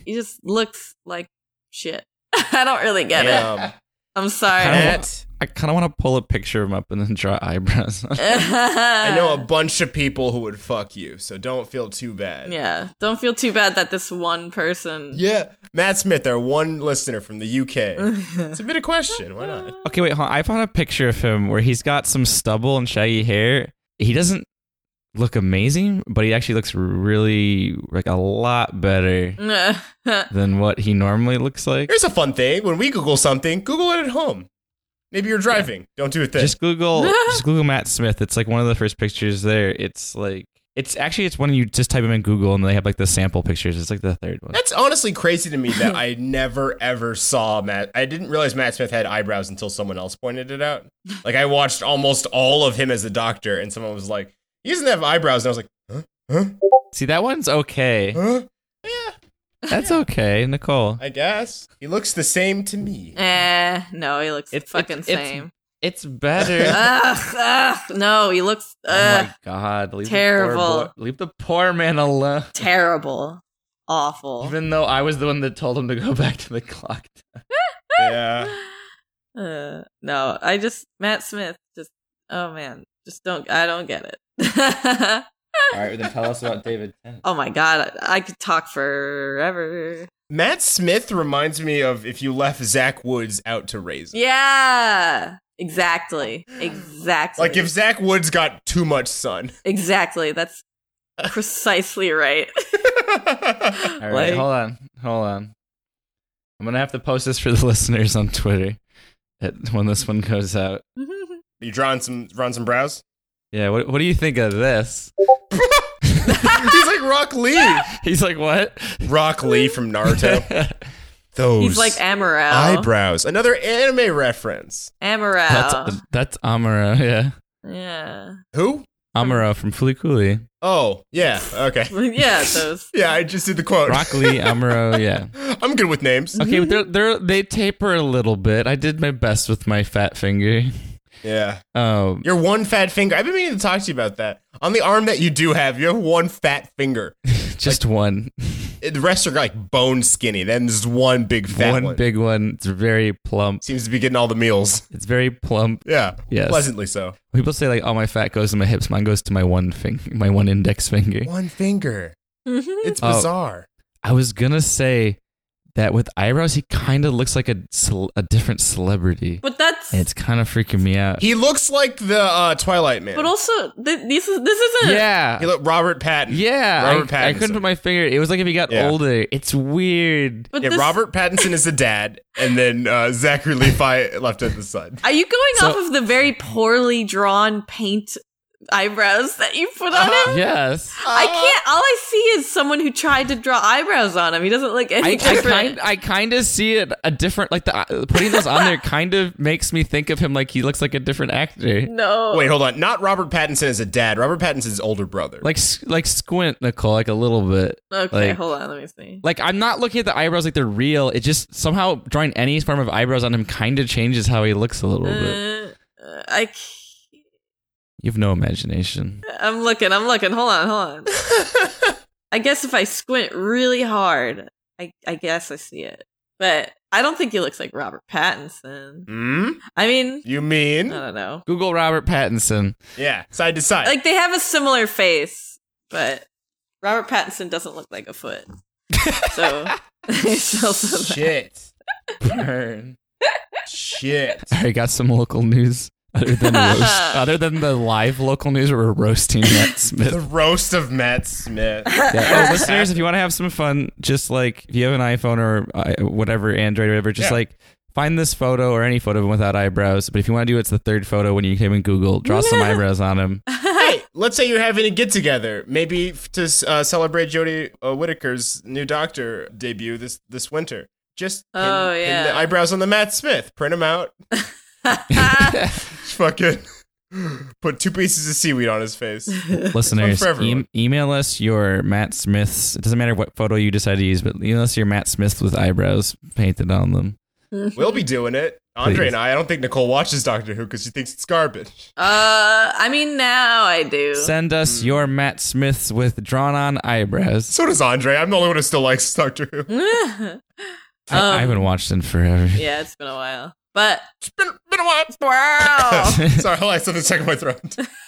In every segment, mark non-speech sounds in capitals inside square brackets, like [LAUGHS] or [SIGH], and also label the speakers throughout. Speaker 1: he just looks like shit. [LAUGHS] I don't really get it.
Speaker 2: Damn.
Speaker 1: I'm sorry.
Speaker 3: Kinda-
Speaker 2: Matt,
Speaker 3: I kind of want to pull a picture of him up and then draw eyebrows. [LAUGHS]
Speaker 1: [LAUGHS]
Speaker 2: I
Speaker 1: Uh.
Speaker 2: know a bunch of people who would fuck you, so don't feel too bad.
Speaker 1: Yeah. Don't feel too bad that this one person
Speaker 2: Yeah. Matt Smith, our one listener from the UK. Submit a question. Why not?
Speaker 3: okay, wait, hold on. I found a picture of him where he's got some stubble and shaggy hair. He doesn't look amazing, but he actually looks really like a lot better than what he normally looks like.
Speaker 2: Here's a fun thing. When we Google something, Google it at home. Maybe you're driving. Don't do it then.
Speaker 3: Just Google just Google Matt Smith. It's like one of the first pictures there. It's like it's actually it's when you just type him in Google and they have like the sample pictures. It's like the third one.
Speaker 2: That's honestly crazy to me that I never ever saw Matt. I didn't realize Matt Smith had eyebrows until someone else pointed it out. Like I watched almost all of him as a doctor, and someone was like, "He doesn't have eyebrows," and I was like, "Huh? Huh?
Speaker 3: See that one's okay.
Speaker 2: Huh? Yeah,
Speaker 3: That's okay, Nicole.
Speaker 2: I guess he looks the same to
Speaker 1: [LAUGHS]
Speaker 2: me."
Speaker 1: [LAUGHS] Eh, no, he looks
Speaker 3: It's-
Speaker 1: fucking
Speaker 3: it's- it's-
Speaker 2: [LAUGHS]
Speaker 1: same.
Speaker 3: It's
Speaker 1: [LAUGHS]
Speaker 3: better.
Speaker 1: Uh, ugh, ugh, no, he looks
Speaker 3: oh
Speaker 1: ugh,
Speaker 3: my god. Leave The poor
Speaker 1: Terrible.
Speaker 3: boy- leave the poor man alone.
Speaker 1: terrible. Awful.
Speaker 3: Even though I was the one that told him to go [LAUGHS] back to the clock.
Speaker 2: Yeah,
Speaker 1: Uh, no, I just Matt Smith. Just oh man, just don't. I don't get it. [LAUGHS]
Speaker 3: All right, then tell us about David Tennant.
Speaker 1: oh my god, I, I could talk forever.
Speaker 2: Matt Smith reminds me of if you left Zach Woods out to raise. him.
Speaker 1: Yeah. Exactly. Exactly.
Speaker 2: Like if Zach Woods got too much sun. [LAUGHS]
Speaker 1: Exactly. That's precisely right.
Speaker 3: All right, hold on, hold on. I'm gonna have to post this for the [LAUGHS] listeners on Twitter at- when this one goes out.
Speaker 2: you drawing some drawing some brows?
Speaker 3: Yeah, what what do you think of this?
Speaker 2: [LAUGHS]
Speaker 3: [LAUGHS]
Speaker 2: He's like Rock Lee.
Speaker 3: He's like, what?
Speaker 2: Rock Lee from
Speaker 3: [LAUGHS]
Speaker 2: Naruto. [LAUGHS] Those
Speaker 1: He's like Amaro.
Speaker 2: eyebrows. Another anime reference.
Speaker 1: Amaro.
Speaker 2: Uh.
Speaker 3: That's that's Amuro, yeah,
Speaker 1: yeah.
Speaker 2: Who?
Speaker 3: Amuro from Fluculi.
Speaker 2: Oh, yeah. Okay.
Speaker 1: yeah, those.
Speaker 2: Yeah, I just did the quote.
Speaker 3: Broccoli, [LAUGHS] Amuro, yeah.
Speaker 2: I'm good with names.
Speaker 3: Okay, but they're, they're they taper a little bit. I did my best with my fat finger.
Speaker 2: Yeah. [LAUGHS]
Speaker 3: Um,
Speaker 2: Your one fat finger. I've been meaning to talk to you about that. On the arm that you do have, you have one fat finger.
Speaker 3: just one,
Speaker 2: The rest are like bone skinny. Then there's one big fat
Speaker 3: one
Speaker 2: one.
Speaker 3: big one. It's very plump.
Speaker 2: Seems to be getting all the meals.
Speaker 3: It's very plump.
Speaker 2: Yeah.
Speaker 3: Yes.
Speaker 2: Pleasantly so.
Speaker 3: People say like, "Oh, my fat goes to my hips. Mine goes to my one finger, my one index finger."
Speaker 2: One finger.
Speaker 1: Mm-hmm.
Speaker 2: It's
Speaker 3: Oh.
Speaker 2: bizarre.
Speaker 3: I was gonna say that with eyebrows, he kind of looks like a cel- a different celebrity,
Speaker 1: But that's.
Speaker 3: and it's kind of freaking me out.
Speaker 2: He looks like the uh, Twilight Man.
Speaker 1: but also, th- this is this isn't.
Speaker 3: yeah,
Speaker 2: he look Robert Patton.
Speaker 3: yeah.
Speaker 2: Robert
Speaker 3: I, I
Speaker 2: Pattinson.
Speaker 3: couldn't put my finger. It was like if he got
Speaker 2: Yeah.
Speaker 3: older. It's weird.
Speaker 1: But
Speaker 2: yeah,
Speaker 1: this,
Speaker 2: Robert Pattinson is the dad, and then uh, Zachary
Speaker 3: [LAUGHS]
Speaker 2: Levi left at the son.
Speaker 1: Are you going
Speaker 3: So-
Speaker 1: off of the very poorly drawn paint eyebrows that you put on
Speaker 3: Uh-huh.
Speaker 1: him?
Speaker 3: Yes.
Speaker 1: I can't. All I see is someone who tried to draw eyebrows on him. He doesn't look any
Speaker 3: I, I
Speaker 1: different.
Speaker 3: kind I kind of see it a different like the uh, putting those on there kind of makes me think of him like he looks like a different actor
Speaker 1: no.
Speaker 2: Wait, hold on. Not Robert Pattinson as a dad. Robert Pattinson's older brother.
Speaker 3: like s- like squint Nicole like a little bit
Speaker 1: Okay,
Speaker 3: like-
Speaker 1: hold on. Let me see.
Speaker 3: like I'm not looking at the eyebrows like they're real it just somehow drawing any form of eyebrows on him kind of changes how he looks a little bit
Speaker 1: Uh, uh, I. c-
Speaker 3: you have no imagination
Speaker 1: I'm looking. I'm looking. Hold on. Hold on.
Speaker 3: [LAUGHS]
Speaker 1: I guess if I squint really hard, I I guess I see it. But I don't think he looks like Robert Pattinson.
Speaker 2: Hmm?
Speaker 1: I mean,
Speaker 2: You
Speaker 1: I
Speaker 2: mean?
Speaker 1: don't know.
Speaker 3: Google Robert Pattinson
Speaker 2: yeah, side to side.
Speaker 1: Uh. Like they have a similar face, but Robert Pattinson doesn't look like a foot.
Speaker 2: [LAUGHS]
Speaker 1: So [LAUGHS] it's also that.
Speaker 2: Shit.
Speaker 3: burn
Speaker 2: Shit.
Speaker 3: I got some local news other
Speaker 2: [LAUGHS]
Speaker 3: than roast, other than the live local news where we're
Speaker 2: [LAUGHS]
Speaker 3: roasting Matt Smith
Speaker 2: The roast of Matt Smith.
Speaker 3: Yeah. Oh, listeners, if you want to have some fun, just like if you have an iPhone or uh, whatever Android or whatever, just
Speaker 2: Yeah.
Speaker 3: like find this photo or any photo of him without eyebrows. But if you want to do it, it's the third photo when you came in Google, draw
Speaker 2: [LAUGHS]
Speaker 3: some eyebrows on him.
Speaker 1: [LAUGHS]
Speaker 2: hey, let's say you're having a get together, maybe f- to uh, celebrate Jodie uh, Whittaker's new Doctor debut this this winter. Just pin,
Speaker 1: Oh,
Speaker 2: pin
Speaker 1: yeah.
Speaker 2: the eyebrows on the Matt Smith. Print them
Speaker 1: [LAUGHS]
Speaker 2: out. [LAUGHS] Fucking [GASPS] put two pieces of seaweed on his face.
Speaker 3: Listeners,
Speaker 2: for everyone.
Speaker 3: em- email us your Matt Smiths. It doesn't matter what photo you decide to use, but email us your Matt Smiths with eyebrows painted on them.
Speaker 2: We'll be doing it. Andre
Speaker 3: Please.
Speaker 2: and I. I don't think Nicole watches Doctor Who because she thinks it's garbage.
Speaker 1: Uh, I mean now I do.
Speaker 3: Send us
Speaker 2: Hmm.
Speaker 3: your Matt Smiths with drawn on eyebrows.
Speaker 2: So does Andre. I'm the only one who still likes Doctor Who.
Speaker 1: [LAUGHS] yeah,
Speaker 3: I, I haven't watched in forever.
Speaker 1: it's been a while, but
Speaker 2: It's been, been a while.
Speaker 1: wow.
Speaker 2: [LAUGHS] Sorry, I still have to check my throat.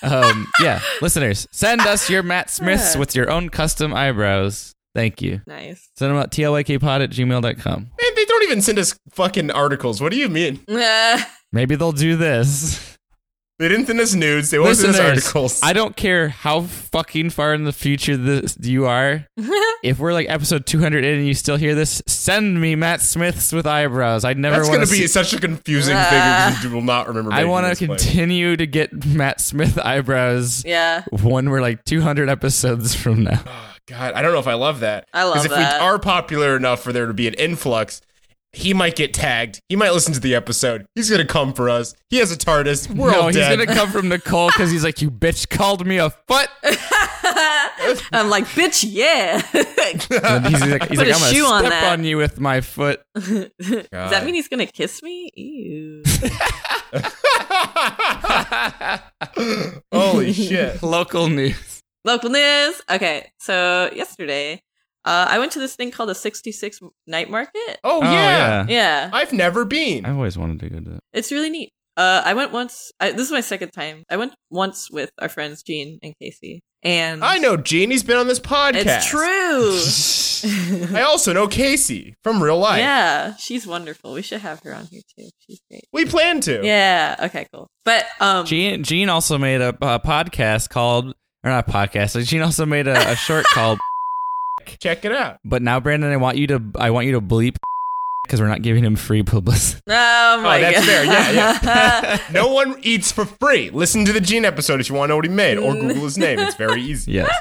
Speaker 3: um, yeah, listeners, send us your Matt Smiths with your own custom eyebrows. Thank you.
Speaker 1: Nice. [LAUGHS]
Speaker 3: Send them out tlykpod at gmail.com.
Speaker 2: Man, they don't even send us fucking articles. What do you mean?
Speaker 1: Uh,
Speaker 3: Maybe they'll do
Speaker 2: [LAUGHS]
Speaker 3: this.
Speaker 2: They didn't send us nudes. They won't send us
Speaker 3: Listeners,
Speaker 2: articles.
Speaker 3: I don't care how fucking far in the future this you are. if we're like episode 200 in and you still hear this, send me Matt Smiths with eyebrows. I never
Speaker 2: That's
Speaker 3: want
Speaker 2: going
Speaker 3: to
Speaker 2: to be
Speaker 3: See-
Speaker 2: such a confusing thing because
Speaker 3: [LAUGHS]
Speaker 2: you will not remember.
Speaker 3: I want to
Speaker 2: making this
Speaker 3: continue to get Matt Smith eyebrows
Speaker 1: yeah, [LAUGHS]
Speaker 3: when we're like 200 episodes from now.
Speaker 2: plan. Oh, God, I don't know if I love that.
Speaker 1: I love
Speaker 2: if
Speaker 1: that.
Speaker 2: we are popular enough for there to be an influx, he might get tagged. He might listen to the episode. He's going to come for us. He has a TARDIS. We're
Speaker 3: no,
Speaker 2: all
Speaker 3: he's
Speaker 2: dead.
Speaker 3: gonna [LAUGHS] come from Nicole because he's like, "You bitch called me a [LAUGHS] foot."
Speaker 1: I'm like, bitch, yeah. [LAUGHS]
Speaker 3: And he's like, he's like
Speaker 1: Put a
Speaker 3: "I'm gonna
Speaker 1: shoe on
Speaker 3: step
Speaker 1: that."
Speaker 3: on you with my foot." [LAUGHS]
Speaker 1: Does that mean he's gonna kiss me? Ew.
Speaker 2: [LAUGHS]
Speaker 1: [LAUGHS]
Speaker 2: Holy shit!
Speaker 3: Local news.
Speaker 1: Local news. Okay, so yesterday, uh, I went to this thing called the 66 night market.
Speaker 2: Oh, yeah.
Speaker 1: Yeah,
Speaker 2: I've never been.
Speaker 3: I always wanted to go to that.
Speaker 1: it's really neat. Uh, I went once. I, this is my second time. I went once with our friends Gene and Casey, And
Speaker 2: I know Gene. He's been on this podcast.
Speaker 1: it's true.
Speaker 2: I also know Casey from real life.
Speaker 1: yeah, she's wonderful. We should have her on here too. She's great.
Speaker 2: We plan to.
Speaker 3: Oh.
Speaker 1: Yeah. Okay. Cool. But um,
Speaker 3: Gene, Gene also made a, a podcast called, or not a podcast. Gene also made a, a short called. [LAUGHS]
Speaker 2: Check it out.
Speaker 3: But now, Brandon, I want you to, I want you to bleep [LAUGHS] because we're not giving him free publicity. [LAUGHS]
Speaker 1: oh my
Speaker 2: Oh, that's
Speaker 1: god.
Speaker 2: fair. Yeah, yeah. [LAUGHS] no one eats for free. Listen to the Gene episode if you want to know what he made,
Speaker 1: Mm.
Speaker 2: or Google his name. It's very
Speaker 1: [LAUGHS]
Speaker 2: easy.
Speaker 3: Yes.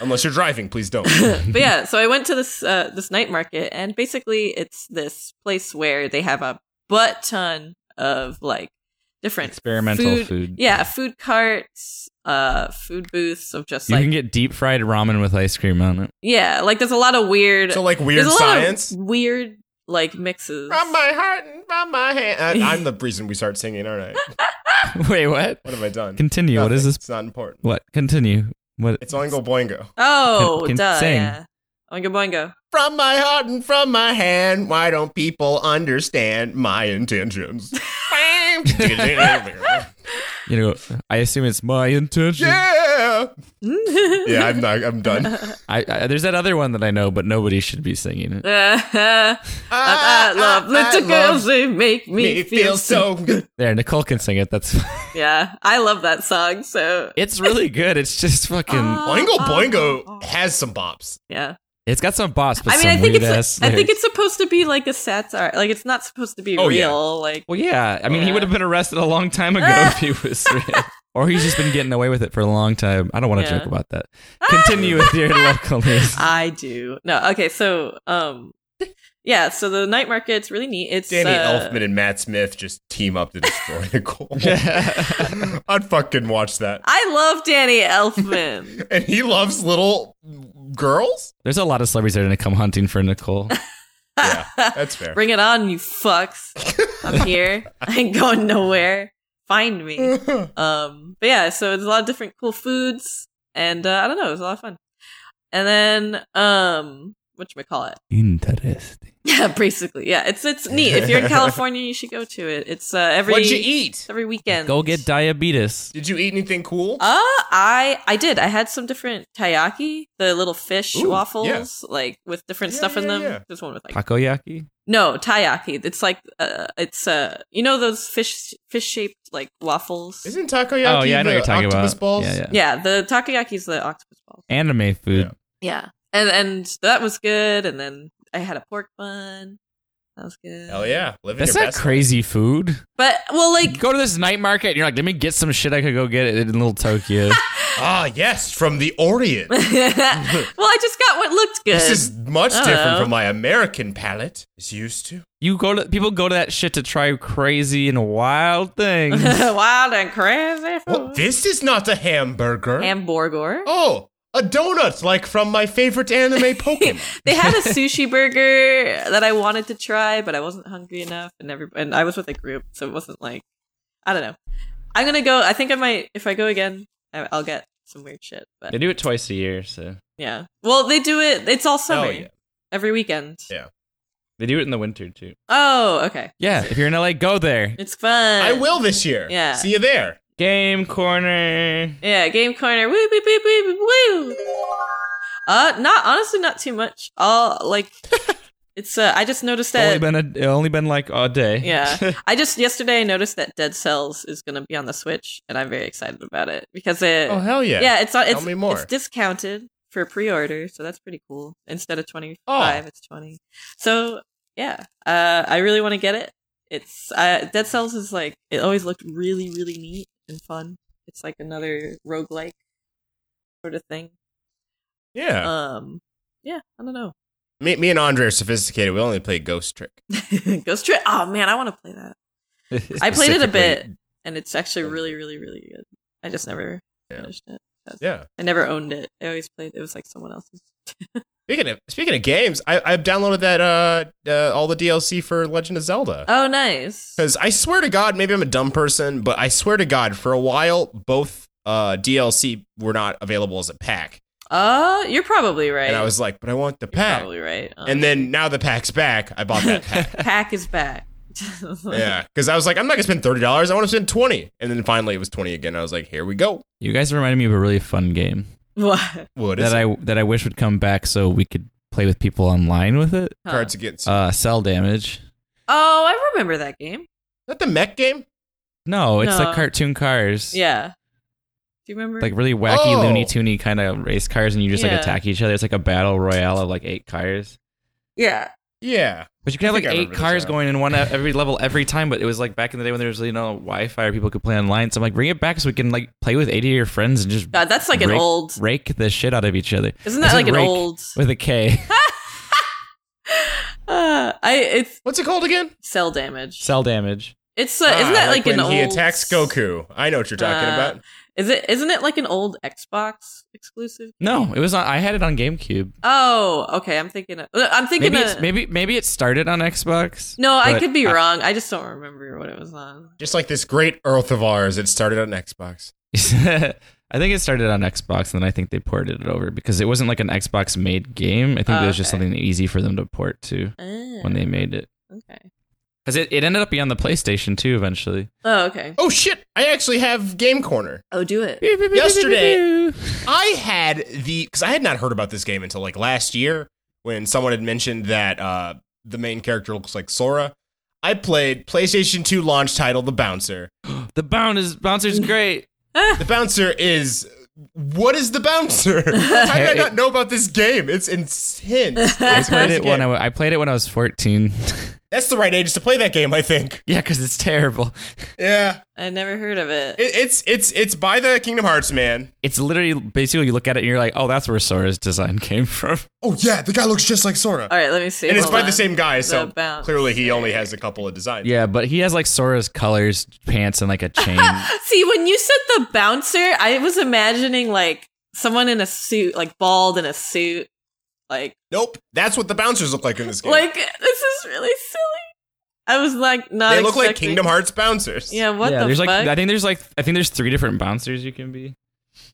Speaker 2: Unless you're driving, please don't.
Speaker 1: but yeah, so I went to this uh, this night market, and basically it's this place where they have a butt ton of like different
Speaker 3: Experimental food.
Speaker 1: Yeah, food carts, uh, food booths of just
Speaker 3: You
Speaker 1: like
Speaker 3: can get deep fried ramen with ice cream on it.
Speaker 1: yeah, like there's a lot of weird,
Speaker 2: So like
Speaker 1: there's
Speaker 2: weird
Speaker 1: a lot
Speaker 2: science.
Speaker 1: of weird like mixes.
Speaker 2: From my heart and from my
Speaker 1: [LAUGHS]
Speaker 2: hand. I, I'm the reason we start singing, aren't I?
Speaker 3: [LAUGHS] Wait, what?
Speaker 2: What have I done?
Speaker 3: Continue. What is
Speaker 2: Nothing.
Speaker 3: this?
Speaker 2: It's not important.
Speaker 3: What? Continue. What?
Speaker 2: It's Oingo Boingo.
Speaker 1: Oh,
Speaker 3: Can- can
Speaker 1: duh.
Speaker 3: sing.
Speaker 1: Yeah. Oingo boingo. [LAUGHS]
Speaker 2: From my heart and from my hand, why don't people understand my
Speaker 1: [LAUGHS]
Speaker 2: intentions? [LAUGHS] yeah,
Speaker 3: You know, I assume it's my intention.
Speaker 1: [LAUGHS]
Speaker 2: yeah, I'm not. I'm
Speaker 1: Uh,
Speaker 2: done.
Speaker 3: I, I, there's that other one that I know, but nobody should be singing it.
Speaker 1: I,
Speaker 2: Ah,
Speaker 1: I Uh, love little girls. They make me,
Speaker 2: It feels so good.
Speaker 3: There, Nicole can sing it. That's [LAUGHS]
Speaker 1: Yeah, I love that song. So Ah,
Speaker 3: it's really good. It's just fucking.
Speaker 2: Oingo Boingo has some bops.
Speaker 1: yeah.
Speaker 3: It's got some boss, but
Speaker 1: I mean,
Speaker 3: some
Speaker 1: I think
Speaker 3: weird
Speaker 1: it's
Speaker 3: ass.
Speaker 1: like, I think
Speaker 3: lyrics.
Speaker 1: it's supposed to be like a satire. Like it's not supposed to be
Speaker 2: Oh, yeah.
Speaker 1: real. Like
Speaker 3: Well, yeah. I mean, he
Speaker 1: Yeah.
Speaker 3: would have been arrested a long time ago if he was real. Or he's just been getting away with it for a long time. I don't want to
Speaker 1: Yeah.
Speaker 3: joke about that. Continue with your local news.
Speaker 1: I do. No, okay. So um, yeah. So the night market's really neat. It's
Speaker 2: Danny
Speaker 1: uh,
Speaker 2: Elfman and Matt Smith just team up to destroy [LAUGHS] Nicole. [LAUGHS] I'd fucking watch that.
Speaker 1: I love Danny Elfman.
Speaker 2: And he loves little girls.
Speaker 3: There's a lot of celebrities that are going to come hunting for Nicole.
Speaker 2: [LAUGHS] Yeah, that's fair.
Speaker 1: Bring it on, you fucks.
Speaker 2: [LAUGHS]
Speaker 1: I'm here. I ain't going nowhere. Find me. Um, but yeah, so it's a lot of different cool foods, and uh, I don't know, it was a lot of fun. And then, um, what you call it? [LAUGHS]
Speaker 3: Interesting.
Speaker 1: Yeah, basically, yeah. It's it's neat. If you're in California, you should go to it. It's uh, every
Speaker 2: What'd you eat?
Speaker 1: every weekend.
Speaker 3: Go get diabetes.
Speaker 2: Did you eat anything cool?
Speaker 1: Uh, I I did. I had some different taiyaki, the little fish
Speaker 2: Ooh,
Speaker 1: waffles,
Speaker 2: yeah.
Speaker 1: like with different
Speaker 2: Yeah,
Speaker 1: stuff in
Speaker 2: yeah,
Speaker 1: them.
Speaker 2: yeah.
Speaker 1: There's one with like
Speaker 3: Takoyaki?
Speaker 1: no taiyaki. It's like uh, it's uh, you know those fish fish shaped like waffles.
Speaker 2: Isn't takoyaki?
Speaker 3: Oh, yeah, I know
Speaker 2: the
Speaker 3: what you're talking
Speaker 2: octopus
Speaker 3: about.
Speaker 2: Balls?
Speaker 3: Yeah, yeah.
Speaker 1: yeah, the takoyaki is the octopus balls.
Speaker 3: Anime food.
Speaker 1: Yeah. And and that was good. And then I had a pork bun. That was good.
Speaker 2: Hell Oh, yeah, living
Speaker 3: That's
Speaker 2: your
Speaker 3: not
Speaker 2: best.
Speaker 3: crazy food.
Speaker 1: But
Speaker 2: [LAUGHS]
Speaker 1: well like [LAUGHS]
Speaker 3: Go to this night market and you're like, let me get some shit I could go get in Little [LAUGHS] Tokyo.
Speaker 2: Ah, yes, from the [LAUGHS] Orient.
Speaker 1: Well, I just got what looked good.
Speaker 2: This is much
Speaker 1: Uh-oh.
Speaker 2: different from my American palate is used to.
Speaker 3: you go to people go to that shit to try crazy and wild things.
Speaker 1: [LAUGHS] wild and crazy.
Speaker 2: Well, this is not a Uh-huh. hamburger.
Speaker 1: Hamburger.
Speaker 2: oh, a donut like from my favorite
Speaker 1: [LAUGHS]
Speaker 2: anime Pokemon.
Speaker 1: They
Speaker 2: [LAUGHS]
Speaker 1: had a sushi burger that I wanted to try, but I wasn't hungry enough, and every and I was with a group, so it wasn't like I don't know. I'm gonna go. I think I might if I go again, I, I'll get some weird shit.
Speaker 3: [LAUGHS]
Speaker 1: But
Speaker 3: they do it twice a year, so
Speaker 1: yeah, well, they do it. It's all summer,
Speaker 2: Hell Oh, yeah.
Speaker 1: every weekend.
Speaker 3: they do it in the winter too.
Speaker 1: Oh, okay,
Speaker 3: Yeah, if you're in LA, go there.
Speaker 1: it's fun.
Speaker 2: I will this year.
Speaker 1: Yeah.
Speaker 2: See you there.
Speaker 3: Game corner.
Speaker 1: Yeah, game corner. Woo, woo, woo, woo, woo, woo. Uh, not honestly, not too much. All
Speaker 2: [LAUGHS]
Speaker 1: like, it's. Uh, I just noticed
Speaker 3: Only
Speaker 1: that.
Speaker 3: been a, only been like all day. [LAUGHS]
Speaker 2: [LAUGHS]
Speaker 1: yeah, I just yesterday I noticed that Dead Cells is going to be on the Switch, and I'm very excited about it because it.
Speaker 2: Oh hell yeah.
Speaker 1: yeah. it's on. It's,
Speaker 2: me more.
Speaker 1: it's discounted for pre-order, so that's pretty cool. Instead of twenty
Speaker 2: Oh.
Speaker 1: five, it's twenty. So yeah, uh, I really want to get it. It's uh, Dead Cells is like it always looked really really neat and fun. It's like another roguelike sort of thing.
Speaker 2: Yeah.
Speaker 1: Um, yeah, I don't know. [LAUGHS]
Speaker 2: me, me and Andre are sophisticated. We only play Ghost Trick.
Speaker 1: Ghost Trick. Oh man, I want to play that. I played it a bit, and it's actually really, really, really good. I just never
Speaker 2: Yeah.
Speaker 1: finished it.
Speaker 2: Yeah.
Speaker 1: I never owned it. I always played. It was like someone else's.
Speaker 2: Speaking of speaking of games, I, I've downloaded that uh, uh all the DLC for Legend of Zelda.
Speaker 1: Oh, nice.
Speaker 2: Because I swear to God, maybe I'm a dumb person, but I swear to God, for a while, both uh, DLC were not available as a pack.
Speaker 1: Uh, you're probably right.
Speaker 2: And I was like, but I want the
Speaker 1: You're
Speaker 2: pack.
Speaker 1: probably right. Um,
Speaker 2: And then now the pack's back. I bought
Speaker 1: [LAUGHS]
Speaker 2: that pack.
Speaker 1: pack is back. [LAUGHS]
Speaker 2: yeah. Because I was like, I'm not going to spend $30. I want to spend 20 And then finally it was 20 again. I was like, here we go.
Speaker 3: You guys reminded me of a really fun game.
Speaker 1: What?
Speaker 2: What is
Speaker 3: that
Speaker 2: it?
Speaker 3: I that I wish would come back so we could play with people online with it.
Speaker 1: Huh.
Speaker 2: Cards Against.
Speaker 3: Uh, cell damage.
Speaker 1: Oh, I remember that game.
Speaker 2: Is that the mech game?
Speaker 3: No, it's
Speaker 1: No.
Speaker 3: like cartoon cars.
Speaker 1: Yeah. Do you remember?
Speaker 3: Like really wacky,
Speaker 2: Oh.
Speaker 3: loony toony kind of race cars, and you just
Speaker 1: Yeah.
Speaker 3: like attack each other. It's like a battle royale of like eight cars.
Speaker 1: yeah.
Speaker 2: Yeah.
Speaker 3: But you
Speaker 2: I
Speaker 3: can have like
Speaker 2: think I
Speaker 3: eight
Speaker 2: remember this
Speaker 3: cars
Speaker 2: now.
Speaker 3: going in one at every level every time. But it was like back in the day when there was you know Wi-Fi or people could play online. So I'm like, bring it back so we can like play with eighty of your friends and just
Speaker 1: God, that's like an
Speaker 3: Rake-
Speaker 1: old.
Speaker 3: rake the shit out of each other.
Speaker 1: Isn't that
Speaker 3: It's a
Speaker 1: like an
Speaker 3: rake
Speaker 1: old?
Speaker 3: with a K? [LAUGHS]
Speaker 1: Uh, I it's
Speaker 2: What's it called again?
Speaker 1: cell damage.
Speaker 3: Cell damage.
Speaker 1: It's uh, isn't
Speaker 2: Ah,
Speaker 1: that like, an
Speaker 2: when
Speaker 1: old?
Speaker 2: he attacks Goku? I know what you're talking
Speaker 1: Uh,
Speaker 2: about.
Speaker 1: Is it? Isn't it like an old Xbox exclusive?
Speaker 3: No, it was on. I had it on GameCube.
Speaker 1: Oh, okay. I'm thinking. Of, I'm thinking.
Speaker 3: Maybe
Speaker 1: of,
Speaker 3: it's, maybe maybe it started on Xbox.
Speaker 1: no, I
Speaker 3: but
Speaker 1: could be wrong. I just don't remember what it was on.
Speaker 2: Just like this great Earth of ours, it started on Xbox.
Speaker 3: I think it started on Xbox, and then I think they ported it over because it wasn't like an Xbox made game. I think
Speaker 1: Oh,
Speaker 3: it was just
Speaker 1: okay.
Speaker 3: something easy for them to port to when they made it.
Speaker 1: Ah, okay.
Speaker 3: Because it, it ended up being on the PlayStation too eventually.
Speaker 1: Oh, okay.
Speaker 2: Oh shit! I actually have Game Corner.
Speaker 1: Oh, do it.
Speaker 2: Yesterday- I had the because I had not heard about this game until like last year when someone had mentioned that uh, the main character looks like Sora. I played PlayStation 2 launch title The Bouncer.
Speaker 3: the bound is bouncer's
Speaker 1: [LAUGHS]
Speaker 3: great.
Speaker 2: The Bouncer is what is the Bouncer? [LAUGHS] How did I not know about this game? It's insane.
Speaker 3: I
Speaker 2: It's
Speaker 3: played it when I,
Speaker 2: game.
Speaker 3: wa- I played it when I was fourteen. [LAUGHS]
Speaker 2: That's the right age to play that game, I think.
Speaker 3: yeah, because it's terrible.
Speaker 2: Yeah,
Speaker 1: I never heard of it.
Speaker 2: it, it's it's it's by the Kingdom Hearts man.
Speaker 3: It's literally basically you look at it and you're like, oh, that's where Sora's design [LAUGHS] came from.
Speaker 2: Oh yeah, the guy looks just like Sora,
Speaker 1: All right, let me see.
Speaker 2: and it's
Speaker 1: Hold
Speaker 2: by
Speaker 1: on.
Speaker 2: the same guy. So
Speaker 1: The Bouncer.
Speaker 2: clearly, he only has a couple of designs.
Speaker 3: Yeah, but he has like Sora's colors, pants, and like a
Speaker 1: [LAUGHS]
Speaker 3: chain.
Speaker 1: [LAUGHS] See, when you said the bouncer, I was imagining like someone in a suit, like bald in a suit, like
Speaker 2: Nope, that's what the bouncers look like in this game.
Speaker 1: like this is really silly. I was like, not.
Speaker 2: they look like
Speaker 1: expecting-
Speaker 2: Kingdom Hearts bouncers.
Speaker 1: uh, Yeah, what
Speaker 3: yeah,
Speaker 1: the
Speaker 3: there's
Speaker 1: fuck?
Speaker 3: like I think there's like I think there's three different bouncers you can be.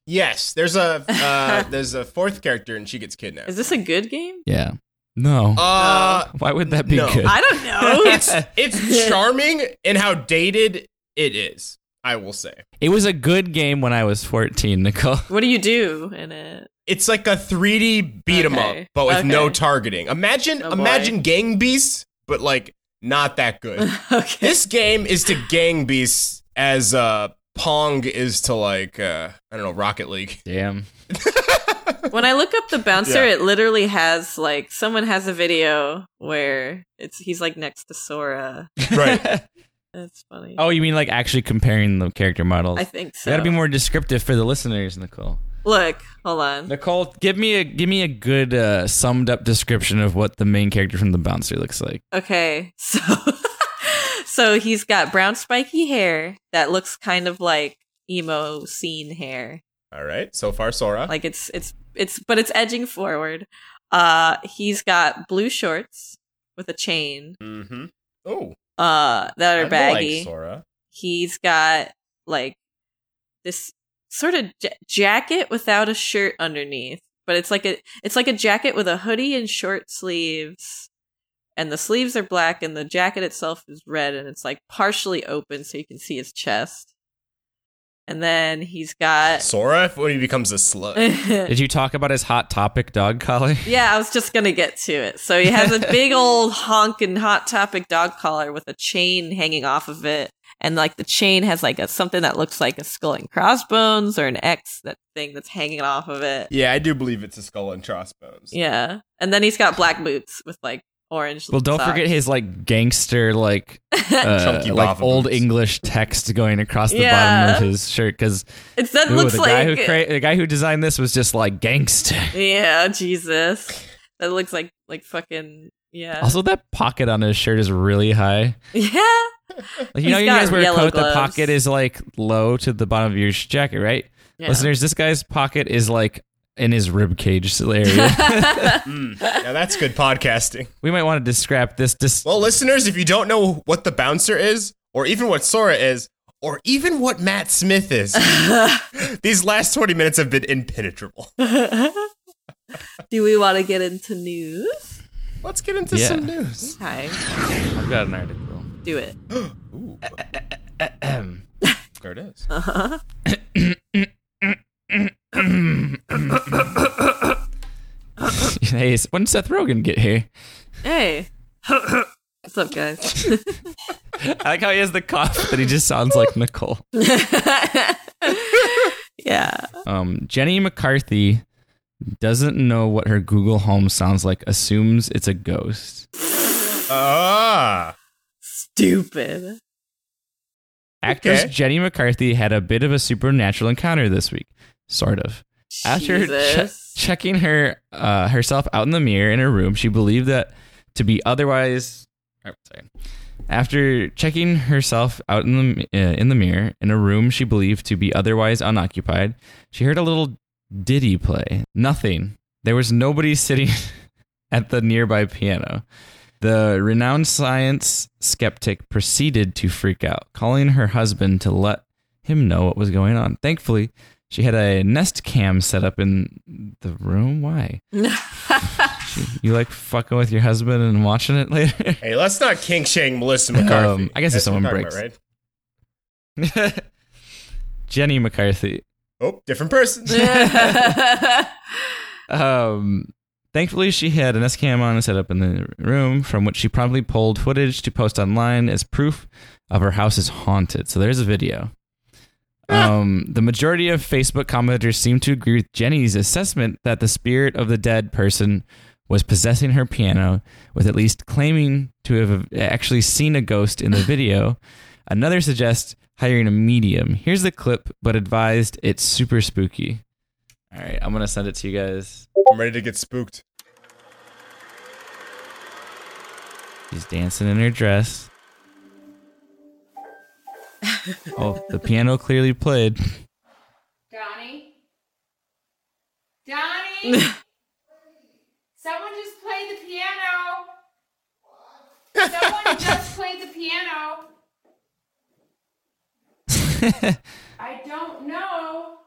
Speaker 2: Yes, there's a
Speaker 1: [LAUGHS]
Speaker 2: uh, there's a fourth character, and she gets kidnapped.
Speaker 1: is this a good game?
Speaker 3: Yeah. No.
Speaker 2: uh,
Speaker 3: Why would that be
Speaker 2: no.
Speaker 3: good?
Speaker 1: Oh.
Speaker 3: [LAUGHS]
Speaker 1: I don't know.
Speaker 2: it's
Speaker 1: [LAUGHS]
Speaker 2: it's charming in how dated it is. I will say
Speaker 3: it was a good game when I was 14, Nicole.
Speaker 1: what do you do in it? [LAUGHS]
Speaker 2: it's like a 3D beat 'em
Speaker 1: Okay.
Speaker 2: up, but with no
Speaker 1: Okay.
Speaker 2: targeting. Imagine
Speaker 1: Oh, boy.
Speaker 2: imagine Gang Beasts, but like not that good.
Speaker 1: [LAUGHS] okay.
Speaker 2: this game is to Gang Beasts as uh, Pong is to like uh, I don't know Rocket League. [LAUGHS]
Speaker 3: Damn.
Speaker 1: when I look up the bouncer,
Speaker 2: Yeah.
Speaker 1: it literally has like someone has a video where it's he's like next to Sora.
Speaker 2: Right.
Speaker 1: That's funny.
Speaker 3: oh, you mean like actually comparing the character models?
Speaker 1: I think so.
Speaker 3: You gotta be more descriptive for the listeners, Nicole.
Speaker 1: Look, hold on.
Speaker 3: Nicole, give me a give me a good uh, summed up description of what the main character from the bouncer looks like.
Speaker 1: Okay, [LAUGHS] so so he's got brown spiky hair that looks kind of like emo scene hair.
Speaker 2: [LAUGHS] All right, so far Sora.
Speaker 1: Like it's it's it's but it's edging forward. Uh he's got blue shorts with a chain
Speaker 2: Mm-hmm. Oh,
Speaker 1: uh that are
Speaker 2: I
Speaker 1: baggy.
Speaker 2: Like Sora.
Speaker 1: he's got like this sort of ja- jacket without a shirt underneath but it's like a it's like a jacket with a hoodie and short sleeves and the sleeves are black and the jacket itself is red and it's like partially open so you can see his chest and then he's got
Speaker 2: Sora when he becomes a
Speaker 1: [LAUGHS]
Speaker 2: slut.
Speaker 1: yeah
Speaker 3: Did you talk about his hot topic dog collar? [LAUGHS]
Speaker 1: i was just gonna get to it so he has a big old honkin' hot topic dog collar with a chain hanging off of it and like the chain has like a something that looks like a skull and crossbones or an X that thing that's hanging off of it.
Speaker 2: yeah, I do believe it's a skull and crossbones.
Speaker 1: Yeah, and then he's got black boots with like orange.
Speaker 3: Well, don't
Speaker 1: socks.
Speaker 3: forget his like gangster
Speaker 1: [LAUGHS]
Speaker 3: like uh,
Speaker 2: Chunky
Speaker 3: like
Speaker 2: Bava
Speaker 3: old
Speaker 2: boots.
Speaker 3: English text going across the
Speaker 1: Yeah.
Speaker 3: bottom of his shirt because
Speaker 1: It's that
Speaker 3: the
Speaker 1: looks
Speaker 3: guy who
Speaker 1: like
Speaker 3: cra- the guy who designed this was just like gangster.
Speaker 1: [LAUGHS] yeah, Jesus, that looks like like fucking yeah,
Speaker 3: Also, that pocket on his shirt is really high.
Speaker 1: [LAUGHS] yeah.
Speaker 3: Like, you
Speaker 1: He's
Speaker 3: know, you
Speaker 1: got
Speaker 3: guys wear a
Speaker 1: yellow
Speaker 3: coat.
Speaker 1: gloves.
Speaker 3: The pocket is like low to the bottom of your sh- jacket, right?
Speaker 1: yeah.
Speaker 3: Listeners, this guy's pocket is like in his rib cage [LAUGHS]
Speaker 1: [LAUGHS]
Speaker 3: area. [LAUGHS]
Speaker 2: Mm. Now that's good podcasting.
Speaker 3: we might want to describe this. Dis-
Speaker 2: Well, listeners, if you don't know what the bouncer is, or even what Sora is, or even what Matt Smith [LAUGHS] is, these last 20 minutes have been impenetrable.
Speaker 1: Do we want to get into news?
Speaker 2: Let's get into
Speaker 3: Yeah.
Speaker 2: some news.
Speaker 1: Time,
Speaker 3: I've got an article. [LAUGHS]
Speaker 1: do it.
Speaker 2: There it is.
Speaker 3: Hey, when did Seth Rogen get here?
Speaker 1: Hey. [LAUGHS] What's up, guys?
Speaker 3: I like how he has the cough, but he just sounds like Nicole.
Speaker 1: [LAUGHS] yeah.
Speaker 3: Um, Jenny McCarthy doesn't know what her Google Home sounds like, assumes it's a ghost.
Speaker 2: Ah.
Speaker 1: Stupid.
Speaker 3: Actress
Speaker 2: Okay.
Speaker 3: Jenny McCarthy had a bit of a supernatural encounter this week, sort of. After che-
Speaker 1: Jesus.
Speaker 3: checking her uh, herself out in the mirror in her room, she believed that to be otherwise. oh, sorry. After checking herself out in the uh, in the mirror in a room she believed to be otherwise unoccupied, she heard a little ditty play. Nothing. There was nobody [LAUGHS] sitting at the nearby piano. The renowned science skeptic proceeded to freak out, calling her husband to let him know what was going on. Thankfully, she had a nest cam set up in the room. Why? You like fucking with your husband and watching it later? [LAUGHS]
Speaker 2: Hey, let's not kink shame Melissa McCarthy.
Speaker 3: Um, I guess if
Speaker 2: That's what
Speaker 3: someone
Speaker 2: we're talking
Speaker 3: breaks-
Speaker 2: right?
Speaker 3: Jenny McCarthy.
Speaker 2: Oh, different person. [LAUGHS]
Speaker 3: Um, thankfully, she had an S cam on set up in the room, from which she promptly pulled footage to post online as proof of her house is haunted. So there's a video. Um, the majority of Facebook commenters seem to agree with Jenny's assessment that the spirit of the dead person was possessing her piano, with at least claiming to have actually seen a ghost in the video. Another suggests hiring a medium. Here's the clip, but advised it's super spooky. All right, I'm gonna send it to you guys.
Speaker 2: I'm ready to get spooked.
Speaker 3: She's dancing in her dress. oh, the piano clearly played.
Speaker 4: Donnie? Donnie? Someone just played the piano. Someone just played the piano. I don't know.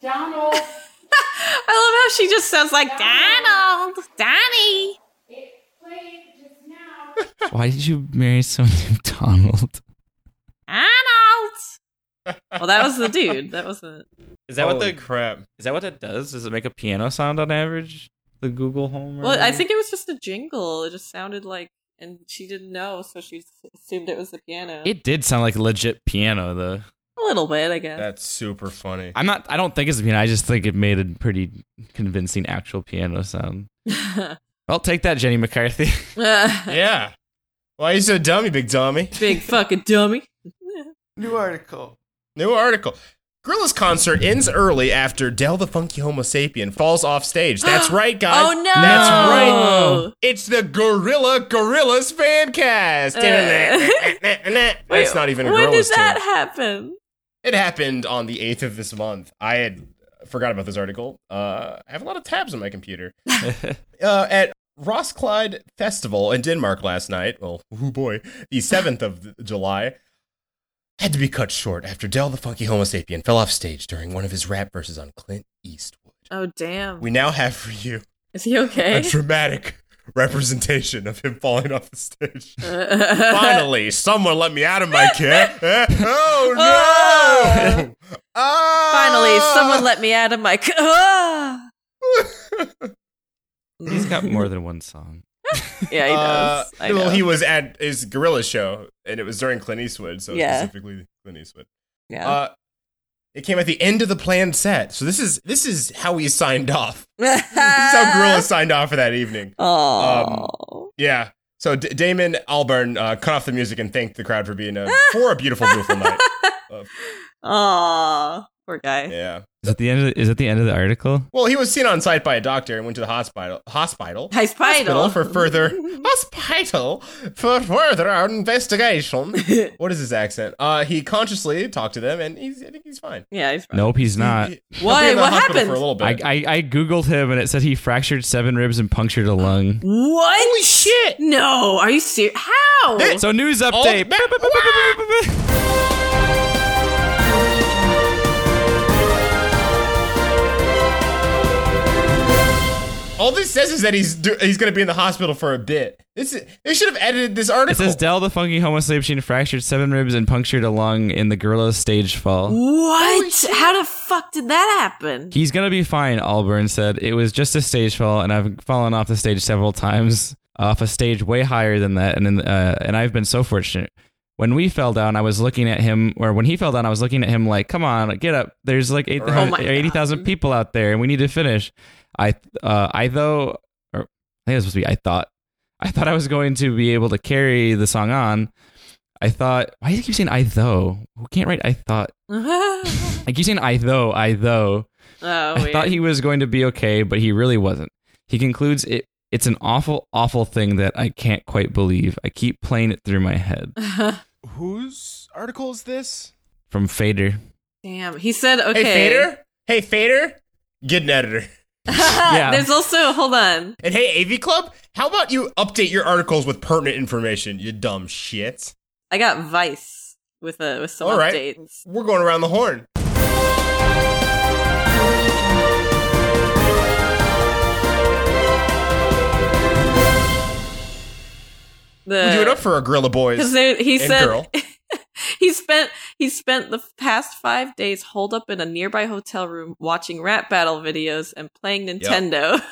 Speaker 4: Donald,
Speaker 5: I love how she just sounds like Donald, Donnie.
Speaker 4: it played just now.
Speaker 3: Why did you marry someone named Donald?
Speaker 5: Donald.
Speaker 1: Well, that was the dude. That
Speaker 2: [LAUGHS]
Speaker 1: wasn't.
Speaker 3: Is
Speaker 2: Holy crap?
Speaker 3: is that what that does? Does it make a piano sound on average? The Google Home.
Speaker 1: Well, I think it was just a jingle. It just sounded like, and she didn't know, so she assumed it was the piano.
Speaker 3: it did sound like a legit piano, though.
Speaker 1: a little bit, I guess.
Speaker 2: That's super funny.
Speaker 3: I'm not. I don't think it's a piano. I just think it made a pretty convincing actual piano sound. I'll take that, Jenny McCarthy.
Speaker 2: yeah. Why you so dummy, big dummy?
Speaker 1: [LAUGHS] Big fucking dummy.
Speaker 3: New article.
Speaker 2: New article. Gorilla's concert ends early after Del the Funky Homo Sapien falls off stage.
Speaker 1: [GASPS]
Speaker 2: That's right, guys.
Speaker 5: Oh, no.
Speaker 2: That's right.
Speaker 1: No.
Speaker 2: It's the Gorilla Gorillas fan cast. [LAUGHS]
Speaker 1: Uh.
Speaker 2: That's not even a
Speaker 1: When did
Speaker 2: Gorillas
Speaker 1: that
Speaker 2: tune.
Speaker 1: happen?
Speaker 2: It happened on the 8th of this month. I had forgot about this article. Uh, I have a lot of tabs on my computer. uh, at Ross Clyde Festival in Denmark last night, well, oh boy, the 7th of th- July, had to be cut short after Del the Funky Homo Sapien fell off stage during one of his rap verses on Clint Eastwood.
Speaker 1: Oh damn!
Speaker 2: We now have for you
Speaker 1: Is he okay?
Speaker 2: a
Speaker 1: [LAUGHS]
Speaker 2: dramatic representation of him falling off the stage. [LAUGHS] Finally, someone let me out of my care. Eh? [LAUGHS] Oh no! [LAUGHS]
Speaker 1: Finally,
Speaker 2: Ah!
Speaker 1: someone let me out of
Speaker 2: [LAUGHS]
Speaker 1: my. c- Ah!
Speaker 3: He's got more than one song.
Speaker 1: Yeah, he
Speaker 2: Uh,
Speaker 1: does. I
Speaker 2: well,
Speaker 1: know.
Speaker 2: he was at his gorilla show, and it was during Clint Eastwood, so
Speaker 1: Yeah.
Speaker 2: specifically Clint Eastwood.
Speaker 1: yeah. [LAUGHS]
Speaker 2: Uh, it came at the end of the planned set, so this is this is how he signed off. [LAUGHS] This
Speaker 1: Ah.
Speaker 2: is how Gorilla signed off for that evening.
Speaker 1: Oh.
Speaker 2: Yeah. So D- Damon Albarn uh, cut off the music and thanked the crowd for being
Speaker 1: Ah.
Speaker 2: a for a beautiful, beautiful
Speaker 1: [LAUGHS]
Speaker 2: night.
Speaker 1: Aw. Poor guy.
Speaker 2: Yeah.
Speaker 3: Is that the end? Of the, is that the end of the article?
Speaker 2: Well, he was seen on site by a doctor and went to the hospital hospital
Speaker 1: High
Speaker 2: hospital
Speaker 1: spital.
Speaker 2: for further hospital for further
Speaker 1: [LAUGHS]
Speaker 2: investigation. what is his accent? Uh, he consciously talked to them, and he's, I think he's fine.
Speaker 1: yeah, he's fine.
Speaker 3: Nope, he's not.
Speaker 2: He- he-
Speaker 1: Why?
Speaker 2: he'll be in the
Speaker 1: What
Speaker 2: hospital
Speaker 1: happened?
Speaker 2: For a little
Speaker 3: I,
Speaker 2: bit.
Speaker 3: I I googled him and it said he fractured seven ribs and punctured a lung.
Speaker 1: What? Holy shit! No, are you serious? How?
Speaker 2: That-
Speaker 3: So news
Speaker 2: All [LAUGHS]
Speaker 3: update.
Speaker 2: the- All this says is that he's do- he's gonna be in the hospital for a bit. This is, they should have edited this article.
Speaker 3: It says Dell the funky homo slave machine fractured seven ribs and punctured a lung in the gorilla stage fall.
Speaker 1: What? How the fuck did that happen?
Speaker 3: He's gonna be fine, Alburn said. It was just a stage fall, and I've fallen off the stage several times, [LAUGHS] off a stage way higher than that, and in, uh, and I've been so fortunate. When we fell down, I was looking at him, or when he fell down, I was looking at him like, "Come on, get up! There's like
Speaker 1: [LAUGHS]
Speaker 3: eight-
Speaker 2: Right. Oh
Speaker 1: my
Speaker 3: 80,000
Speaker 1: God.
Speaker 3: people out there, and we need to finish." I, uh, I though, or I think it was supposed to be. I thought, I thought I was going to be able to carry the song on. I thought, why do you keep saying I though? Who can't write I thought?
Speaker 1: [LAUGHS] oh,
Speaker 3: I keep saying I though, I though. I
Speaker 1: weird.
Speaker 3: thought he was going to be okay, but he really wasn't. He concludes it it's an awful, awful thing that I can't quite believe. I keep playing it through my head.
Speaker 2: Whose article is this?
Speaker 3: From Fader.
Speaker 1: Damn. He said,
Speaker 2: Hey
Speaker 1: okay. [LAUGHS]
Speaker 2: Fader. Hey Fader. Get an editor.
Speaker 3: Yeah.
Speaker 1: There's also, hold on.
Speaker 2: And hey AV Club, how about you update your articles with pertinent information? You dumb shit.
Speaker 1: I got Vice with a with some
Speaker 2: All right.
Speaker 1: updates.
Speaker 2: We're going around the horn. We
Speaker 1: Uh,
Speaker 2: do it up for our Gorilla
Speaker 1: [LAUGHS] Because
Speaker 2: Boys.
Speaker 1: he
Speaker 2: and
Speaker 1: said
Speaker 2: girl.
Speaker 1: [LAUGHS] he spent he spent the past five days holed up in a nearby hotel room watching rap battle videos and playing Nintendo. [LAUGHS]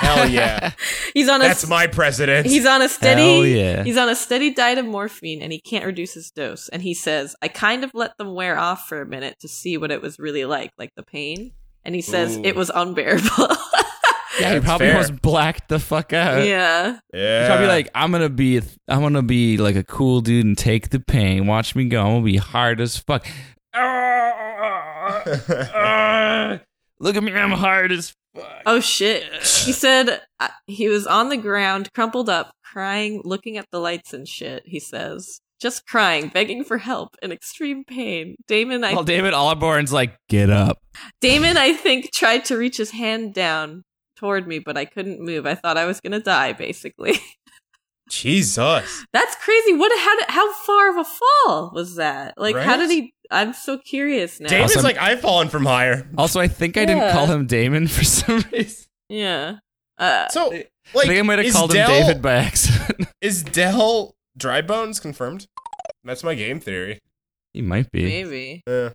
Speaker 2: Hell yeah.
Speaker 1: he's on a
Speaker 2: That's my president.
Speaker 1: he's on a steady
Speaker 3: Hell yeah.
Speaker 1: he's on a steady diet of morphine and he can't reduce his dose. And he says, "I kind of let them wear off for a minute to see what it was really like, like the pain." And he says
Speaker 2: Ooh.
Speaker 1: it was unbearable. [LAUGHS]
Speaker 3: Yeah, he
Speaker 2: That's
Speaker 3: probably
Speaker 2: fair.
Speaker 3: almost blacked the fuck
Speaker 2: Uh,
Speaker 3: out.
Speaker 1: yeah,
Speaker 2: yeah.
Speaker 3: He's probably like, I'm gonna be I'm gonna be like a cool dude and take the pain. Watch me go. I'm gonna be hard as
Speaker 2: [LAUGHS]
Speaker 3: fuck. Ah, Look at me, I'm hard as fuck.
Speaker 1: Oh shit.
Speaker 2: [SIGHS]
Speaker 1: He said uh, he was on the ground, crumpled up, crying, looking at the lights and shit, he says. Just crying, begging for help, in extreme pain. Damon I
Speaker 3: Well, David Oliborn's like, get up.
Speaker 1: Damon I think tried to reach his hand down toward me, but I couldn't move. I thought I was gonna die, basically. [LAUGHS]
Speaker 2: Jesus.
Speaker 1: That's crazy. What how did, how far of a fall was that? Like how
Speaker 2: Right?
Speaker 1: did he I'm so curious now.
Speaker 2: Damon's
Speaker 3: Also-
Speaker 2: like, I've fallen from higher.
Speaker 3: Also, I think I didn't
Speaker 1: Yeah.
Speaker 3: call him Damon for [LAUGHS] some reason.
Speaker 1: yeah. Uh,
Speaker 2: So, like,
Speaker 3: I think I might have
Speaker 2: is
Speaker 3: called
Speaker 2: Del,
Speaker 3: him David by accident. [LAUGHS]
Speaker 2: Is Dell dry bones confirmed? That's my game theory.
Speaker 3: he might be.
Speaker 1: maybe.
Speaker 2: Yeah.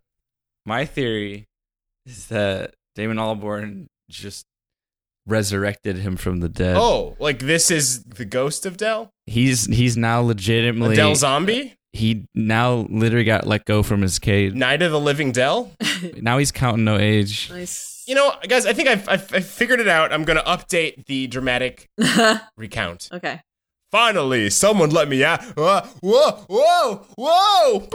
Speaker 3: My theory is that Damon Albarn just resurrected him from the dead.
Speaker 2: oh, like this is the ghost of Dell?
Speaker 3: He's he's now legitimately
Speaker 2: Dell zombie?
Speaker 3: he now literally got let go from his cage.
Speaker 1: [LAUGHS]
Speaker 2: Night of the Living Dell?
Speaker 3: Now he's counting no age.
Speaker 1: Nice.
Speaker 2: You know, guys, I think I've, I've, I've figured it out. I'm going to update the dramatic recount.
Speaker 1: okay.
Speaker 2: Finally, someone let me out. Uh, whoa, whoa, whoa.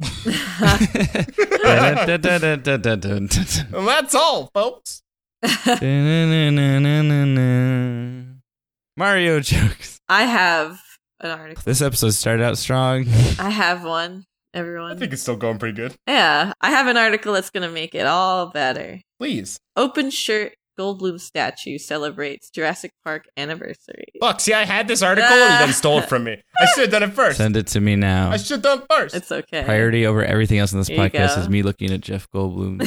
Speaker 2: [LAUGHS]
Speaker 3: Dun-dun-dun-dun-dun-dun-dun-dun.
Speaker 2: And that's all, folks.
Speaker 3: Dun-dun-dun-dun-dun-dun. [LAUGHS] Mario jokes.
Speaker 1: I have an article
Speaker 3: This episode started out strong.
Speaker 1: I have one,
Speaker 2: I
Speaker 1: everyone.
Speaker 2: think it's still going pretty good.
Speaker 1: yeah, I have an article that's going to make it all better.
Speaker 2: Please.
Speaker 1: Open shirt Goldblum statue celebrates Jurassic Park anniversary.
Speaker 2: Fuck, see, I had this article and you then stole it from me.
Speaker 1: [LAUGHS]
Speaker 2: I should have done it first.
Speaker 3: Send it to me now.
Speaker 2: I should have done it first.
Speaker 1: It's okay.
Speaker 3: Priority over everything else in this
Speaker 1: Here you
Speaker 3: podcast
Speaker 1: go.
Speaker 3: is me looking at Jeff Goldblum.